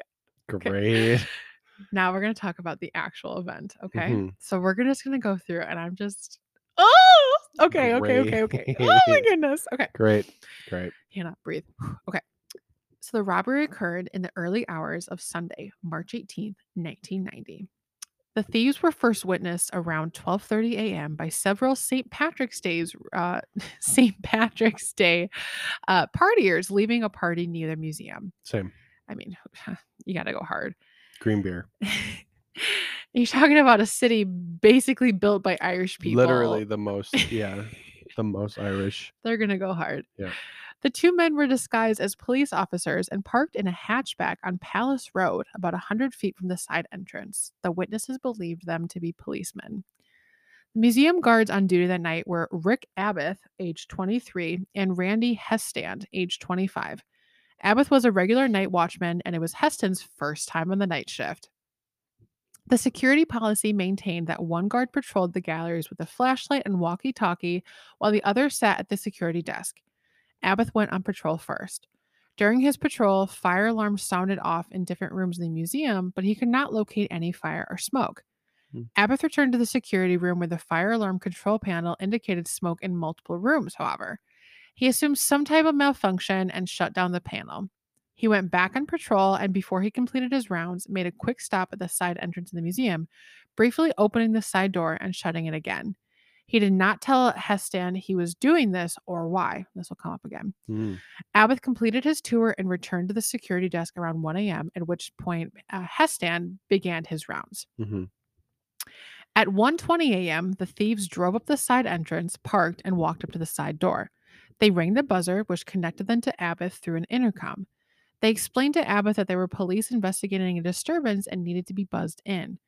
Great.
now we're going to talk about the actual event okay
Mhm.
so we're gonna- just going to go through and i'm just oh okay okay okay okay oh my
Great.
goodness okay
Great. Great.
hannah breathe okay so the robbery occurred in the early hours of sunday march 18th 1990 the thieves were first witnessed around 12:30 a.m. by several St. Patrick's Days, uh, St. Patrick's Day uh, partiers leaving a party near the museum.
Same.
I mean, you got to go hard.
Green beer.
You're talking about a city basically built by Irish people.
Literally the most. Yeah. the most Irish.
They're going to go hard.
Yeah.
The two men were disguised as police officers and parked in a hatchback on Palace Road, about 100 feet from the side entrance. The witnesses believed them to be policemen. Museum guards on duty that night were Rick Abbott, age 23, and Randy Hestand, age 25. Abbott was a regular night watchman, and it was Heston's first time on the night shift. The security policy maintained that one guard patrolled the galleries with a flashlight and walkie talkie, while the other sat at the security desk. Abbott went on patrol first. During his patrol, fire alarms sounded off in different rooms in the museum, but he could not locate any fire or smoke.
Hmm.
Abbott returned to the security room where the fire alarm control panel indicated smoke in multiple rooms, however. He assumed some type of malfunction and shut down the panel. He went back on patrol and before he completed his rounds, made a quick stop at the side entrance of the museum, briefly opening the side door and shutting it again. He did not tell Hestan he was doing this or why. This will come up again.
Mm.
Abbott completed his tour and returned to the security desk around 1 a.m., at which point uh, Hestan began his rounds.
hmm
At 1:20 a.m., the thieves drove up the side entrance, parked, and walked up to the side door. They rang the buzzer, which connected them to Abbott through an intercom. They explained to Abbott that they were police investigating a disturbance and needed to be buzzed in.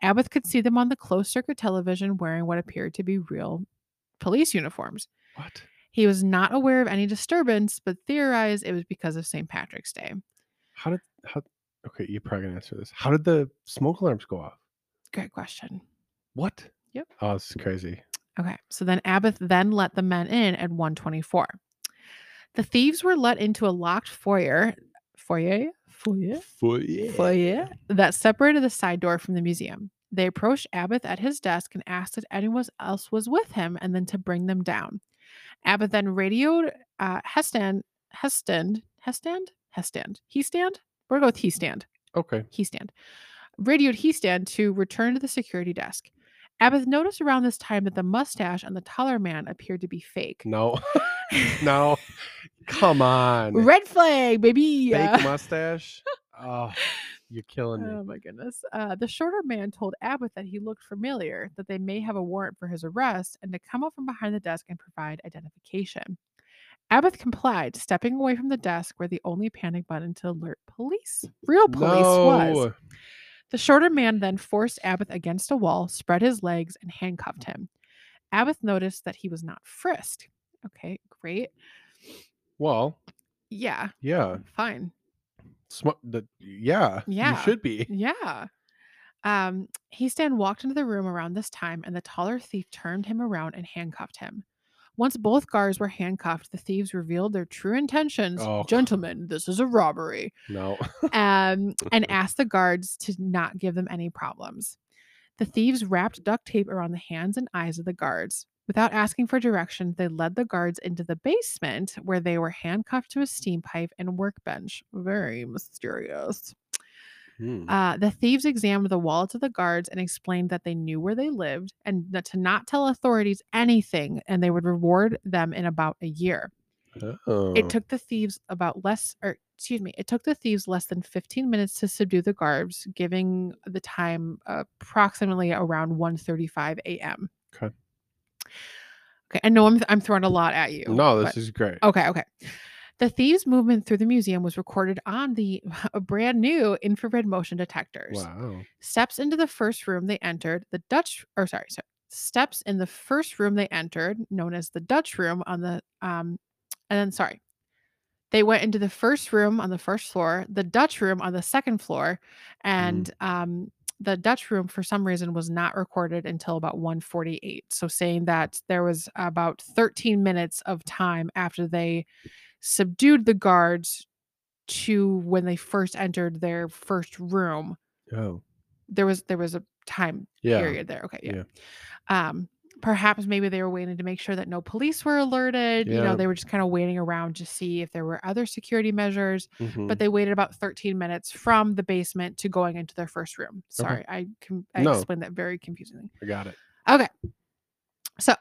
Abbott could see them on the closed circuit television wearing what appeared to be real police uniforms.
What?
He was not aware of any disturbance, but theorized it was because of St. Patrick's Day.
How did how? Okay, you're probably gonna answer this. How did the smoke alarms go off?
Great question.
What?
Yep.
Oh, it's crazy.
Okay. So then Abbott then let the men in at 124. The thieves were let into a locked foyer, foyer, foyer,
Fo- yeah.
foyer that separated the side door from the museum. They approached Abbott at his desk and asked if anyone else was with him and then to bring them down. Abbott then radioed uh, Hestand, Hestand, Hestand, Hestand, he stand. We're going with he stand
Okay.
he stand. Radioed he stand to return to the security desk. Abbott noticed around this time that the mustache on the taller man appeared to be fake.
No. no. Come on.
Red flag, baby.
Fake
Uh,
mustache. Oh, you're killing me.
Oh my goodness. Uh, the shorter man told Abbott that he looked familiar, that they may have a warrant for his arrest, and to come up from behind the desk and provide identification. Abbott complied, stepping away from the desk where the only panic button to alert police, real police, was.
No.
The shorter man then forced Abbott against a wall, spread his legs, and handcuffed him. Abbott noticed that he was not frisked. Okay, great.
Well,
Yeah,
yeah.
fine.
Sm- the, yeah.
Yeah.
You should be.
Yeah. Um, he stand walked into the room around this time, and the taller thief turned him around and handcuffed him. Once both guards were handcuffed, the thieves revealed their true intentions.
Oh.
Gentlemen, this is a robbery.
No.
um, and asked the guards to not give them any problems. The thieves wrapped duct tape around the hands and eyes of the guards. Without asking for directions, they led the guards into the basement where they were handcuffed to a steam pipe and workbench. Very mysterious.
Hmm.
Uh, the thieves examined the wallets of the guards and explained that they knew where they lived and not- to not tell authorities anything, and they would reward them in about a year.
Oh.
It took the thieves about less, or excuse me, it took the thieves less than 15 minutes to subdue the guards, giving the time approximately around 1:35 a.m.
Okay.
Okay, I know I'm I'm throwing a lot at you.
No,
but-
this is great.
okay. Okay. The thieves' movement through the museum was recorded on the a brand new infrared motion detectors.
Wow.
Steps into the first room they entered, the Dutch, or sorry, sorry, steps in the first room they entered, known as the Dutch room on the, um, and then, sorry, they went into the first room on the first floor, the Dutch room on the second floor, and, um, the Dutch room, for some reason, was not recorded until about 1:48. So, saying that there was about 13 minutes of time after they subdued the guards to when they first entered their first room
Oh.
there was there was a time
Yeah.
period there. Okay, yeah. Um, perhaps maybe they were waiting to make sure that no police were alerted. You
Yeah.
know, they were just kind of waiting around to see if there were other security measures.
Mhm.
But they waited about 13 minutes from the basement to going into their first room. Sorry, I com- I
No.
explained that very confusingly.
I got it.
So,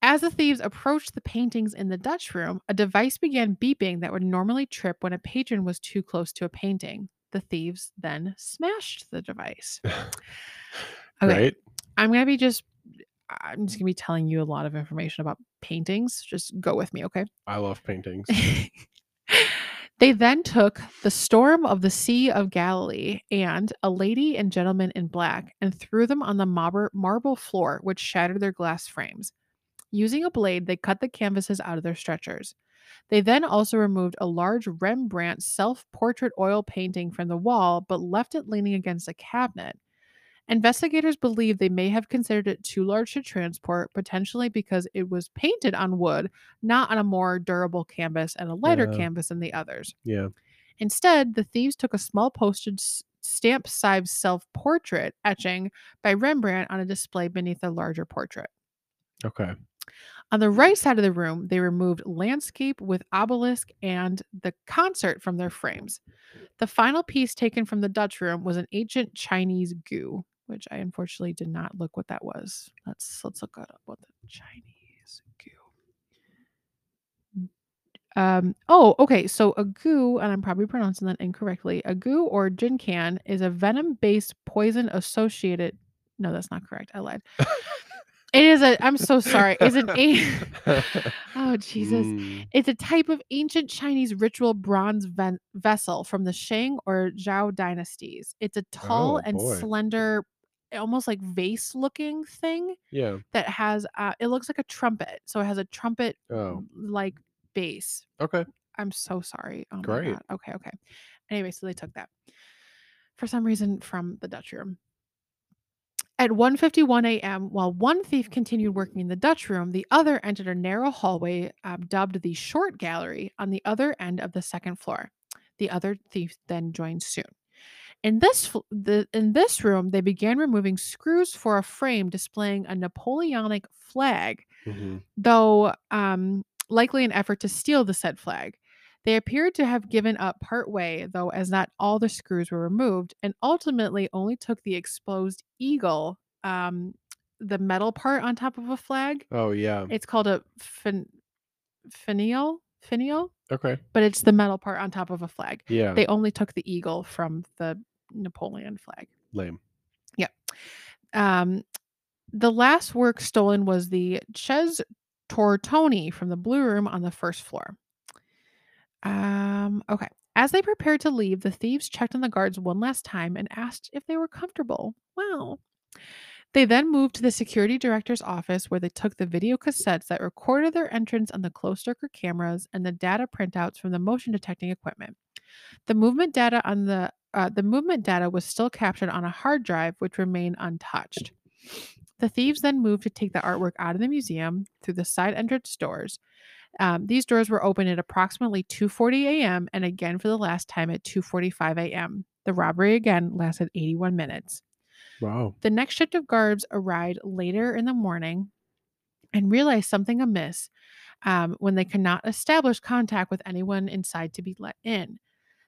as the thieves approached the paintings in the Dutch room, a device began beeping that would normally trip when a patron was too close to a painting. The thieves then smashed the device.
Right?
I'm gonna be just I'm just gonna be telling you a lot of information about paintings. Just go with me, okay?
I love paintings.
they then took the storm of the Sea of Galilee and a lady and gentleman in black and threw them on the marble, marble floor, which shattered their glass frames. Using a blade, they cut the canvases out of their stretchers. They then also removed a large Rembrandt self portrait oil painting from the wall, but left it leaning against a cabinet. Investigators believe they may have considered it too large to transport, potentially because it was painted on wood, not on a more durable canvas and a lighter
Yeah.
canvas than the others.
yeah.
Instead, the thieves took a small postage s- stamp sized self portrait etching by Rembrandt on a display beneath a larger portrait.
Okay.
On the right side of the room, they removed landscape with obelisk and the concert from their frames. The final piece taken from the Dutch room was an ancient Chinese goo, which I unfortunately did not look what that was. Let's let's look at what the Chinese goo. Um, oh, okay. So a goo, and I'm probably pronouncing that incorrectly. A goo or jincan is a venom-based poison associated. No, that's not correct. I lied. it is a. I'm so sorry. Is an. a- oh Jesus.
Mm.
It's a type of ancient Chinese ritual bronze ven- vessel from the Shang or Zhao dynasties. It's a tall
Oh,
and
boy.
slender almost like vase looking thing
Yeah.
that has uh, it looks like a trumpet. So it has a trumpet
Oh.
like bass.
Okay.
I'm so sorry. Oh my
Great.
God. Okay, okay. Anyway, so they took that for some reason from the Dutch room. At 1:51 a.m., while one thief continued working in the Dutch room, the other entered a narrow hallway um, dubbed the short gallery on the other end of the second floor. The other thief then joined soon. In this fl- the, in this room, they began removing screws for a frame displaying a Napoleonic flag
hmm
though um, likely an effort to steal the said flag. They appeared to have given up part way, though, as not all the screws were removed, and ultimately only took the exposed eagle, um, the metal part on top of a flag.
Oh yeah.
It's called a fin- finial, finial,
Okay.
but it's the metal part on top of a flag.
Yeah.
They only took the eagle from the Napoleon flag.
Lame.
Um, the last work stolen was the Ches Tortoni from the Blue Room on the first floor. Um, okay. As they prepared to leave, the thieves checked on the guards one last time and asked if they were comfortable. Wow. They then moved to the security director's office where they took the video cassettes that recorded their entrance on the closed circuit cameras and the data printouts from the motion detecting equipment. The movement data on the uh, the movement data was still captured on a hard drive, which remained untouched. The thieves then moved to take the artwork out of the museum through the side entrance doors. Um, these doors were open at approximately 2:40 a.m. and again for the last time at 2:45 a.m. The robbery again lasted 81 minutes.
Wow.
The next shift of guards arrived later in the morning and realized something amiss um, when they could not establish contact with anyone inside to be let in.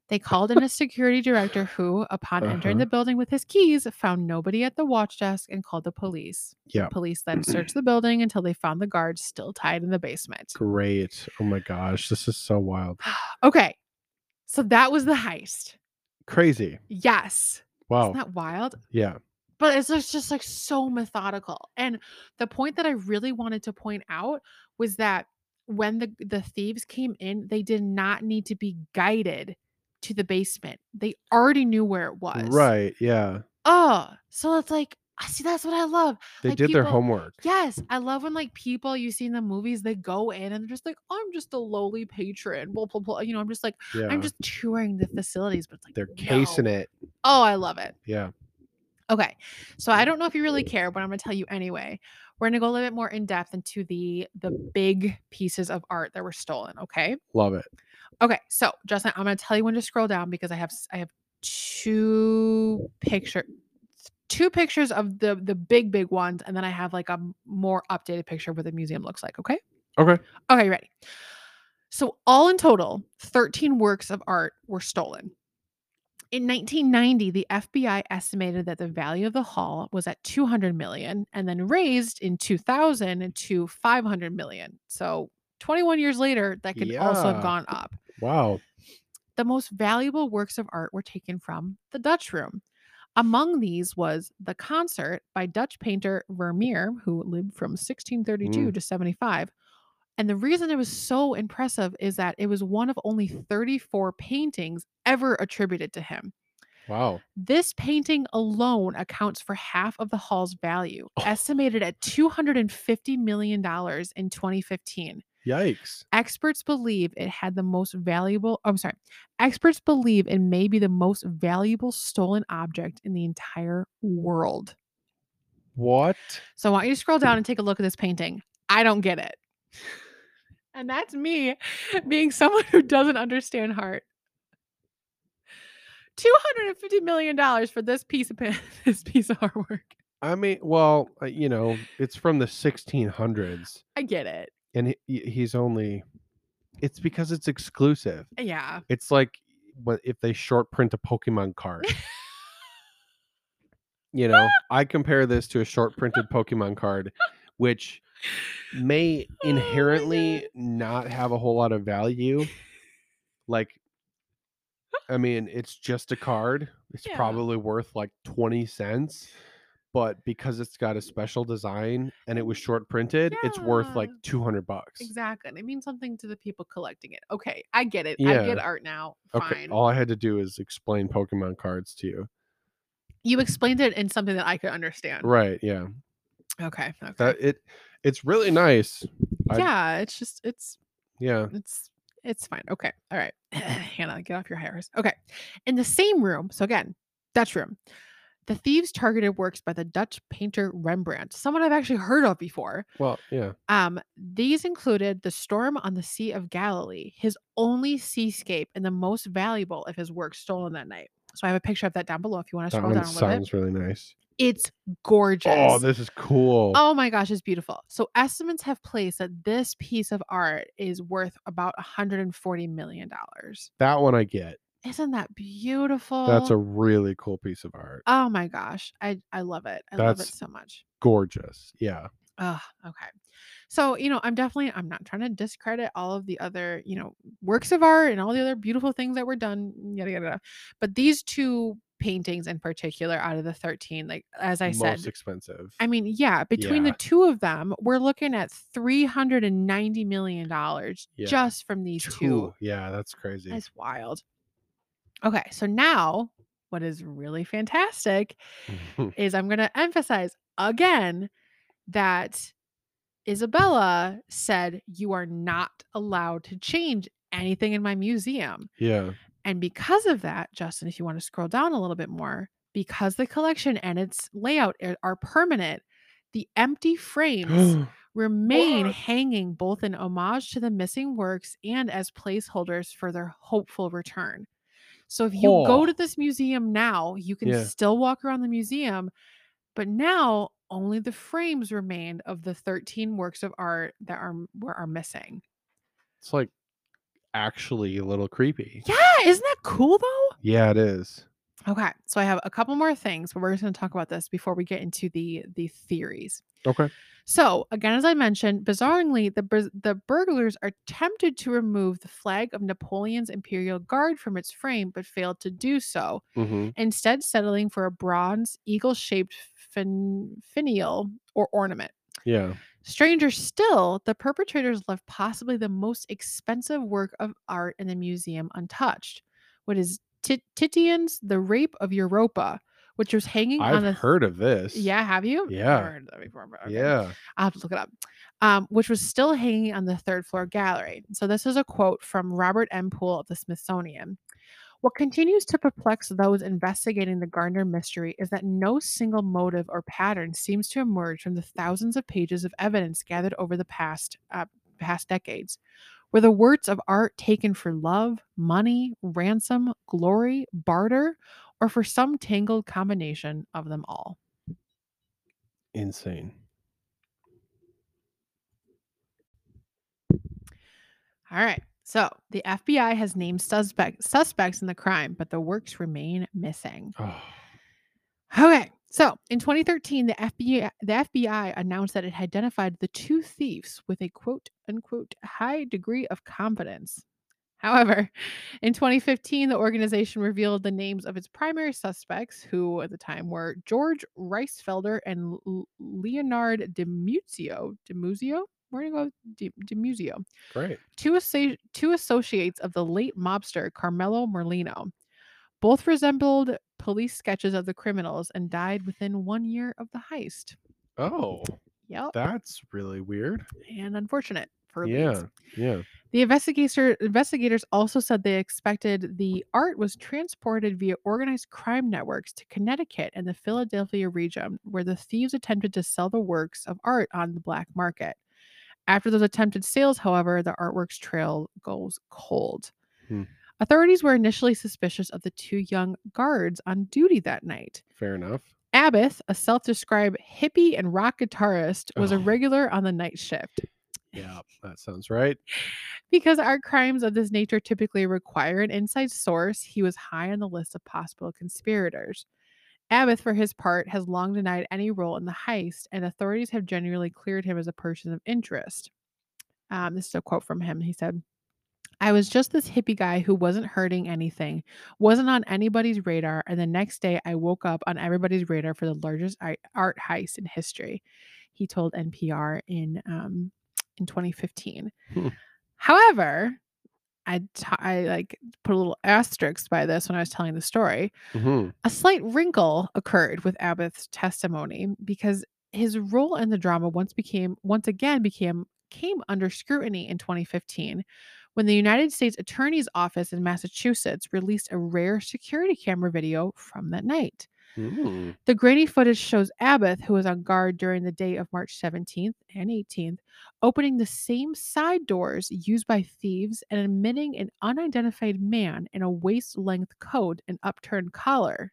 They called in a security director who, upon entering
Uh-huh.
the building with his keys, found nobody at the watch desk and called the police. The
Yeah.
police then searched the building until they found the guards still tied in the basement.
Great. Oh my gosh. This is so wild.
Okay. So that was the heist.
Crazy.
Yes.
Wow.
Isn't that wild?
yeah.
but it's just, just like so methodical. And the point that I really wanted to point out was that when the the thieves came in, they did not need to be guided to the basement. They already knew where it was.
Right. Yeah.
Oh, so it's like I see. That's what I love.
They
Like
did their
people-
homework.
Yes, I love when like people you see in the movies they go in and they're just like, I'm just a lowly patron. Blah blah blah. You know, I'm just like
Yeah.
I'm just touring the facilities, but it's like
They're casing it.
Oh, I love it.
Yeah.
Okay. So I don't know if you really care, but I'm going to tell you anyway. We're going to go a little bit more in depth into the the big pieces of art that were stolen, okay?
Love it.
Okay. So, Justin, I'm going to tell you when to scroll down because I have s- I have two picture two pictures of the the big big ones and then I have like a m- more updated picture of what the museum looks like, okay?
Okay.
Okay, ready. So, all in total, 13 works of art were stolen. In 1990, the FBI estimated that the value of the haul was at 200 million and then raised in 2000 to 500 million. So, 21 years later, that could also
Yeah.
have gone up.
Wow.
The most valuable works of art were taken from the Dutch room. Among these was The Concert by Dutch painter Vermeer, who lived from 1632 to 75. And the reason it was so impressive is that it was one of only 34 paintings ever attributed to him.
Wow.
This painting alone accounts for half of the hall's value,
Oh.
estimated at $250 million in 2015
Yikes.
experts believe it had the most valuable i'm sorry experts believe it may be the most valuable stolen object in the entire world
What?
so i want you to scroll down and take a look at this painting i don't get it and that's me being someone who doesn't understand heart 250 million dollars for this piece of pa- this piece of artwork
I mean, well, uh, you know, it's from the 1600s,
i get it
and he- he, he's only. It's because it's exclusive.
yeah
It's like wh- if they short print a Pokemon card. you know, I compare this to a short printed Pokemon card, which may
Oh my
inherently
God.
not have a whole lot of value. Like, I mean, it's just a card. It's
Yeah.
probably worth like 20 cents. But because it's got a special design and it was short printed, it's worth like
Yeah.
200 bucks.
exactly and it means something to the people collecting it okay i get it i
Yeah.
get art now fine
Okay. All I had to do is explain Pokemon cards to you.
you explained it in something that I could understand.
Right. Yeah.
Okay. okay.
That it it's really nice. I-
yeah, it's just it's
Yeah.
it's it's fine. Okay. All right. Hannah, get off your high horse. Okay. In the same room, so again, Dutch room. The thieves targeted works by the Dutch painter Rembrandt, someone I've actually heard of before.
Well, yeah.
Um, these included the storm on the Sea of Galilee, his only seascape and the most valuable of his works stolen that night. So I have a picture of that down below if you want to
That
scroll down
one
a little bit.
sounds really nice.
It's gorgeous.
Oh, this is cool.
Oh my gosh, it's beautiful. So estimates have placed that this piece of art is worth about 140 million dollars.
That one I get.
Isn't that beautiful?
That's a really cool piece of art.
Oh my gosh, I I love it. I love it
That's-
so much.
Gorgeous. Yeah.
Oh, okay. So, you know, I'm definitely I'm not trying to discredit all of the other, you know, works of art and all the other beautiful things that were done, yada yada. yada. But these two paintings in particular out of the 13, like as I
Most
said,
expensive.
I mean, yeah, between
Yeah.
the two of them, we're looking at $390 million
Yeah.
just from these two.
Yeah, that's crazy.
That's wild. Okay, so now what is really fantastic is I'm going to emphasize again that Isabella said, You are not allowed to change anything in my museum.
yeah.
And because of that, Justin, if you want to scroll down a little bit more, because the collection and its layout are- are permanent, the empty frames remain
What?
hanging both in homage to the missing works and as placeholders for their hopeful return. So if you go
Huh.
to this museum now, you can
Yeah.
still walk around the museum, but now only the frames remain of the 13 works of art that are were are missing.
it's like actually a little creepy.
Yeah, isn't that cool though?
Yeah, it is.
Okay, so I have a couple more things, but we're just going to talk about this before we get into the the theories.
Okay.
So, again, as I mentioned, bizarrely, the bur- the burglars are tempted to remove the flag of Napoleon's Imperial Guard from its frame, but failed to do so.
hmm
Instead, settling for a bronze eagle-shaped fin- finial or ornament.
Yeah.
Stranger still, the perpetrators left possibly the most expensive work of art in the museum untouched. What is Ti- Titian's The Rape of Europa, which was hanging on
I've
the.
heard of this.
yeah, have you? I've
Yeah.
never heard of that before, but okay.
Yeah.
I'll have to look it up. Um, which was still hanging on the third floor gallery. So this is a quote from Robert M. Poole of the Smithsonian. What continues to perplex those investigating the Gardner mystery is that no single motive or pattern seems to emerge from the thousands of pages of evidence gathered over the past uh, past decades. Were the words of art taken for love, money, ransom, glory, barter, or for some tangled combination of them all?
Insane.
All right. So the FBI has named suspect, suspects in the crime, but the works remain missing.
Oh,
Okay. So in 2013, the FBI, the FBI announced that it had identified the two thieves with a quote unquote high degree of confidence. However, in 2015, the organization revealed the names of its primary suspects, who at the time were George Reisfelder and L- Leonard DiMuzio. DiMuzio? We're going to go with Di- DiMuzio
great.
two, associ- two associates of the late mobster Carmelo Merlino. Both resembled police sketches of the criminals and died within one year of the heist.
Oh,
Yep.
that's really weird.
and unfortunate for
yeah.
Leeds.
Yeah.
The investigator investigators also said they expected the art was transported via organized crime networks to Connecticut and the Philadelphia region, where the thieves attempted to sell the works of art on the black market. After those attempted sales, however, the artworks trail goes cold.
Hmm.
Authorities were initially suspicious of the two young guards on duty that night.
Fair enough.
Abbott, a self described hippie and rock guitarist, was a
Oh.
regular on the night shift.
Yeah. That sounds right.
Because our crimes of this nature typically require an inside source, he was high on the list of possible conspirators. Abbott, for his part, has long denied any role in the heist, and authorities have generally cleared him as a person of interest. Um, this is a quote from him. He said, I was just this hippie guy who wasn't hurting anything, wasn't on anybody's radar, and the next day I woke up on everybody's radar for the largest i- art heist in history, he told NPR in, um, in 2015. However, I ta- I like put a little asterisk by this when I was telling the story.
hmm
A slight wrinkle occurred with Abbott's testimony because his role in the drama once became once again became came under scrutiny in 2015 when the United States Attorney's Office in Massachusetts released a rare security camera video from that night.
mm
The grainy footage shows Abbott, who was on guard during the day of March 17th and 18th, opening the same side doors used by thieves and admitting an unidentified man in a waist length coat and upturned collar.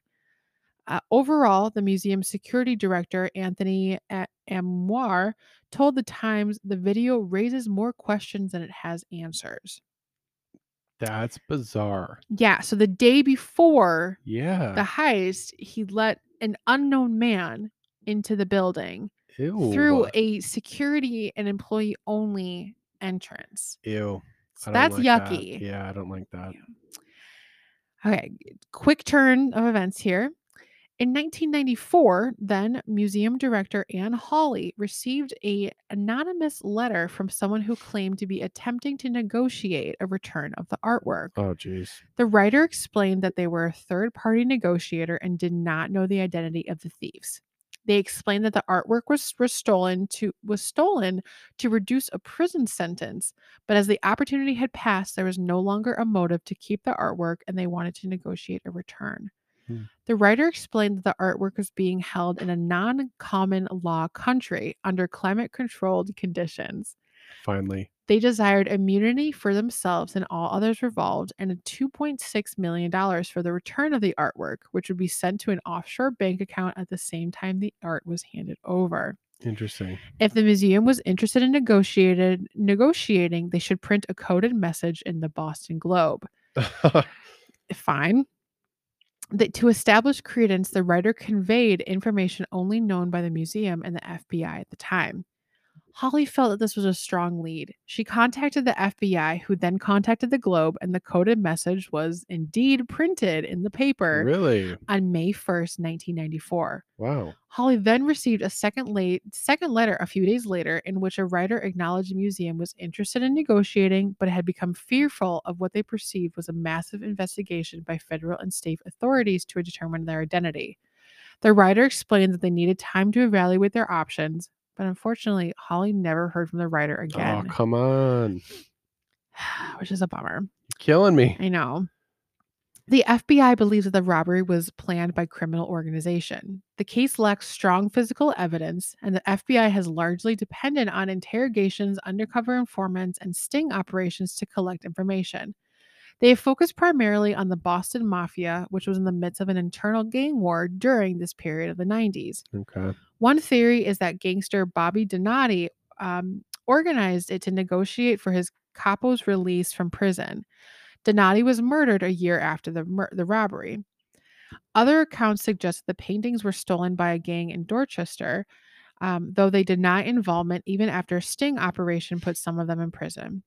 Uh, overall, the museum's security director, Anthony A- Amoir, told The Times the video raises more questions than it has answers.
That's bizarre.
Yeah, so the day before the
Yeah.
heist, he let an unknown man into the building through
Ew.
a security and employee only entrance.
Ew.
So
I don't
that's
like that.
yucky.
Yeah, I don't like that.
Okay, quick turn of events here. In 1994, then museum director Anne Hawley received a anonymous letter from someone who claimed to be attempting to negotiate a return of the artwork.
Oh, jeez.
The writer explained that they were a third party negotiator and did not know the identity of the thieves. They explained that the artwork was, was stolen to was stolen to reduce a prison sentence, but as the opportunity had passed, there was no longer a motive to keep the artwork and they wanted to negotiate a return.
Hmm.
The writer explained that the artwork was being held in a non-common law country under climate-controlled conditions.
Finally.
They desired immunity for themselves and all others involved, and a $2.6 million for the return of the artwork, which would be sent to an offshore bank account at the same time the art was handed over.
Interesting.
If the museum was interested in negotiated, negotiating, they should print a coded message in the Boston Globe. Fine. That to establish credence, the writer conveyed information only known by the museum and the FBI at the time. Holly felt that this was a strong lead. She contacted the FBI, who then contacted the Globe, and the coded message was indeed printed in the paper
really?
on May 1st, 1994.
Wow.
Holly then received a second late second letter a few days later in which a writer acknowledged the museum was interested in negotiating but had become fearful of what they perceived was a massive investigation by federal and state authorities to determine their identity. The writer explained that they needed time to evaluate their options, but unfortunately, Holly never heard from the writer
Oh,
again,
come on. You're
which is a bummer.
killing me.
I know. The FBI believes that the robbery was planned by criminal organization. The case lacks strong physical evidence, and the FBI has largely depended on interrogations, undercover informants, and sting operations to collect information. They have focused primarily on the Boston Mafia, which was in the midst of an internal gang war during this period of the 90s.
Okay.
One theory is that gangster Bobby Donati um, organized it to negotiate for his capo's release from prison. Donati was murdered a year after the, mur- the robbery. Other accounts suggest the paintings were stolen by a gang in Dorchester, um, though they deny involvement even after a sting operation put some of them in prison.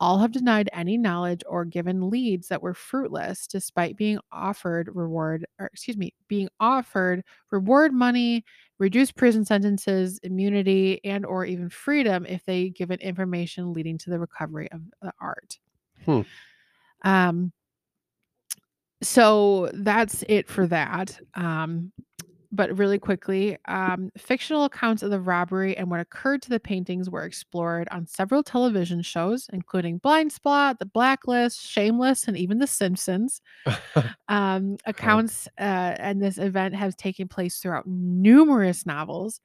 All have denied any knowledge or given leads that were fruitless, despite being offered reward, or excuse me, being offered reward money, reduce prison sentences, immunity, and or even freedom if they give it information leading to the recovery of the art.
Hmm.
Um, so that's it for that. Um, but really quickly, um, fictional accounts of the robbery and what occurred to the paintings were explored on several television shows, including Blind Spot, The Blacklist, Shameless, and even The Simpsons um, accounts uh, and this event has taken place throughout numerous novels.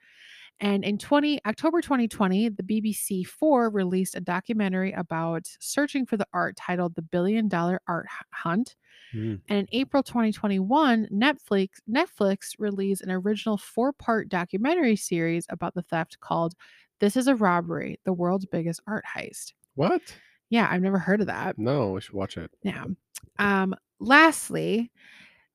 And in 20 October 2020, the BBC Four released a documentary about searching for the art titled "The Billion Dollar Art H- Hunt."
Mm.
And in April 2021, Netflix Netflix released an original four-part documentary series about the theft called "This Is a Robbery: The World's Biggest Art Heist."
What?
Yeah, I've never heard of that.
No, we should watch it.
Now, um, lastly,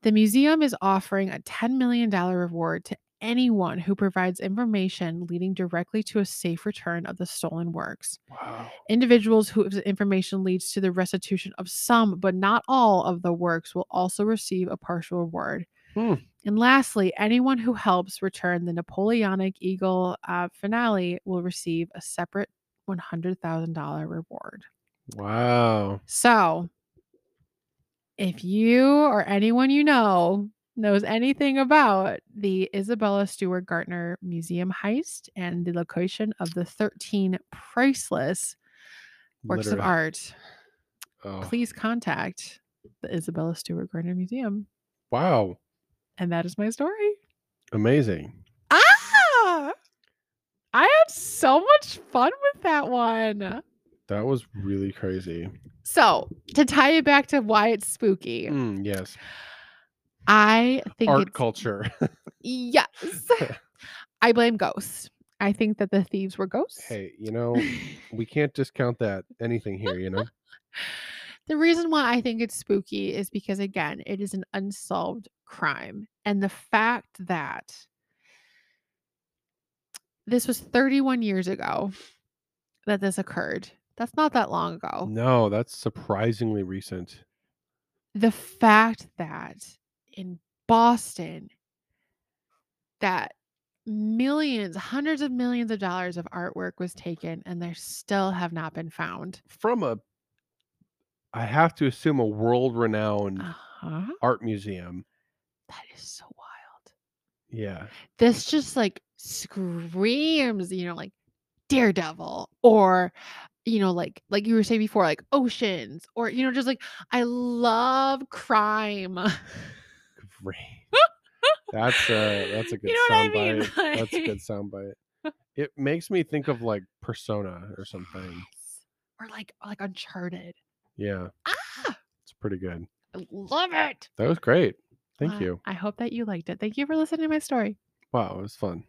the museum is offering a $10 million reward to anyone who provides information leading directly to a safe return of the stolen works.
Wow.
Individuals whose information leads to the restitution of some, but not all, of the works will also receive a partial reward.
Hmm.
And lastly, anyone who helps return the Napoleonic Eagle uh, finale will receive a separate $100,000 reward.
Wow.
So, if you or anyone you know knows anything about the Isabella Stewart Gartner Museum heist and the location of the 13 priceless works of
Literally.
art,
Oh,
please contact the Isabella Stewart Gartner Museum.
Wow.
And that is my story.
Amazing.
Ah! I had so much fun with that one.
That was really crazy.
So, to tie it back to why it's spooky,
Mm, yes.
I think
Art
it's
culture.
Yes. I blame ghosts. I think that the thieves were ghosts.
hey, you know, we can't discount that anything here, you know?
the reason why I think it's spooky is because, again, it is an unsolved crime. And the fact that this was 31 years ago that this occurred, that's not that long ago.
No, that's surprisingly recent.
the fact that in Boston that millions, hundreds of millions of dollars of artwork was taken and they still have not been found.
From a, I have to assume, a world renowned
Uh-huh.
art museum.
That is so wild.
Yeah.
This just like screams, you know, like Daredevil or you know like like you were saying before like oceans or you know just like I love crime.
Great. That's a that's a good
You know what I mean?
soundbite. That's a
Like-
good soundbite. It makes me think of like Persona or something.
Yes. Or like like Uncharted.
Yeah,
Ah,
it's pretty good.
I love it.
That was great. Thank
Uh,
you.
I hope that you liked it. Thank you for listening to my story.
Wow, it was fun.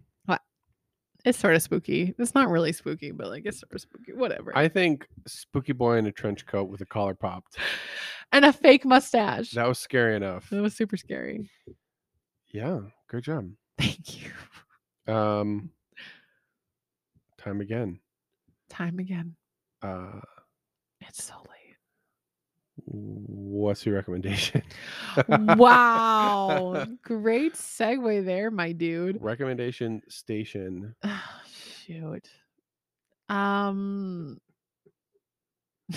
It's sort of spooky. It's not really spooky, but like it's sort of spooky. Whatever.
I think Spooky Boy in a trench coat with a collar popped.
and a fake mustache.
That was scary enough.
That was super scary.
Yeah, great job.
Thank you.
Um, time again.
Time again.
Uh,
It's so late.
what's your recommendation?
Wow. Great segue there, my dude.
recommendation station.
Ah, shoot. Um.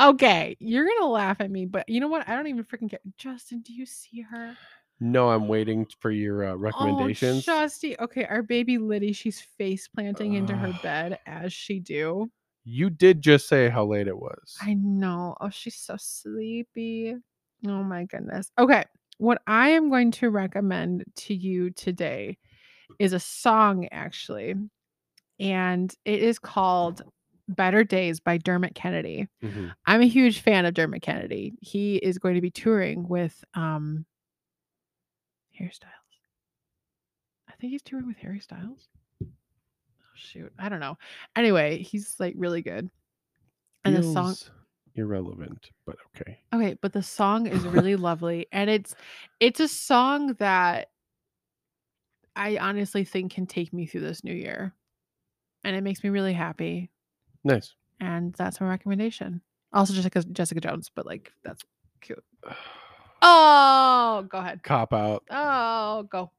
okay, you're gonna laugh at me, but you know what? I don't even freaking care. Justin, do you see her?
No, I'm waiting for your uh,
Oh,
recommendations.
Justy. Okay, our baby Liddy, she's face planting into her
Ugh.
bed as she do.
you did just say how late it was.
I know. Oh, she's so sleepy. Oh my goodness. Okay, what I am going to recommend to you today is a song actually. And it is called Better Days by Dermot Kennedy.
Mhm.
I'm a huge fan of Dermot Kennedy. He is going to be touring with um hairstyles. I think he's touring with Harry Styles. Oh shoot. I don't know. Anyway, he's like really good. And the song
Feels irrelevant, but okay.
Okay, but the song is really lovely and it's it's a song that I honestly think can take me through this new year. And it makes me really happy.
Nice.
And that's my recommendation. Also Jessica Jessica Jones, but like that's cute. Oh, go ahead.
Cop out.
Oh, go.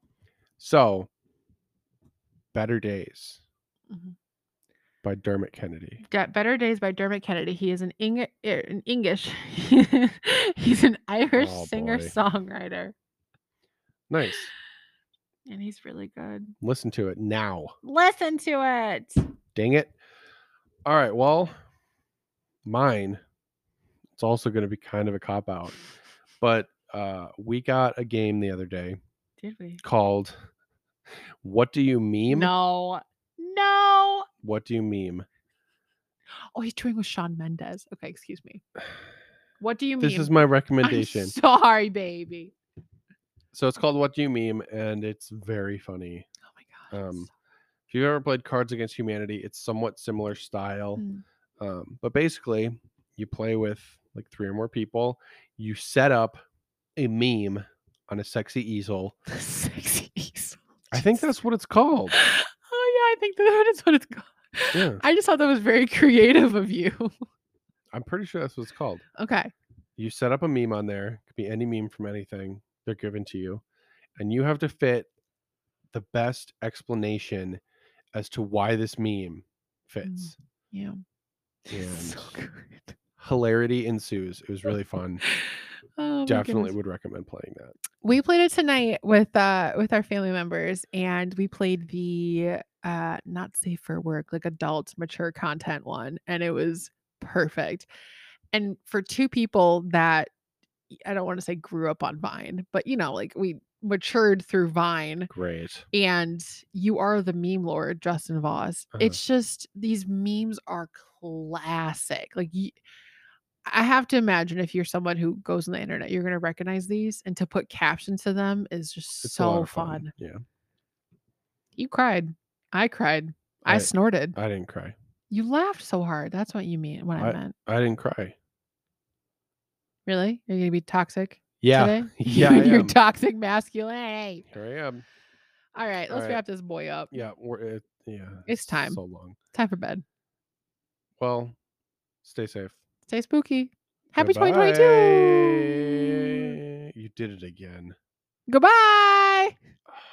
So, Better Days Mm-hmm.
Mhm.
by Dermot Kennedy.
Get Better Days by Dermot Kennedy. He is an Eng- er, an English. he's an Irish
Oh, boy.
singer songwriter,
Nice.
and he's really good.
Listen to it now.
Listen to it.
Dang it. All right. Well, mine, it's also going to be kind of a cop out, but uh, we got a game the other day
Did we?
called What Do You Meme?
No, no.
What Do You Meme?
Oh, he's touring with Sean Mendez. Okay, excuse me. What do you mean?
This is my recommendation.
I'm sorry, baby.
So it's called What Do You Meme, and it's very funny.
Oh my god. it's
Um,
so-
If you've ever played Cards Against Humanity, it's somewhat similar style.
Mm.
Um, but basically, you play with like three or more people, you set up a meme on a sexy easel.
Sexy. easel.
I think
Jesus.
that's what it's called.
Oh yeah, I think that is what it's called.
Yeah.
I just thought that was very creative of you.
I'm pretty sure that's what it's called.
okay.
You set up a meme on there, it could be any meme from anything they're given to you, and you have to fit the best
Mm.
explanation as to why this meme fits.
Yeah.
and
so good.
hilarity ensues. It was really fun.
Oh my
Definitely
goodness.
would recommend playing that.
We played it tonight with uh with our family members and we played the uh not safe for work, like adult mature content one, and it was perfect. And for two people that I don't want to say grew up on Vine, but you know, like we matured through Vine
Great.
and you are the meme lord, Justin Voss.
Uh-huh.
It's just these memes are classic. Like, y- I have to imagine if you're someone who goes on the internet, you're going to recognize these, and to put captions to them is just
It's a lot
so
of
fun.
Yeah.
You cried. I cried. I,
I-
snorted.
I didn't cry.
you laughed so hard. That's what you mean. What I, meant.
I didn't cry.
Really? You're going to be toxic
Yeah.
today?
Yeah. I
you're
am.
toxic masculine.
Here I am.
All right,
All
let's
right.
wrap this boy up.
Yeah. We're, it, yeah.
It's time.
So long.
Time for bed.
Well, stay safe.
Stay spooky. Happy
Goodbye.
2022.
You did it again.
Goodbye.
Ah.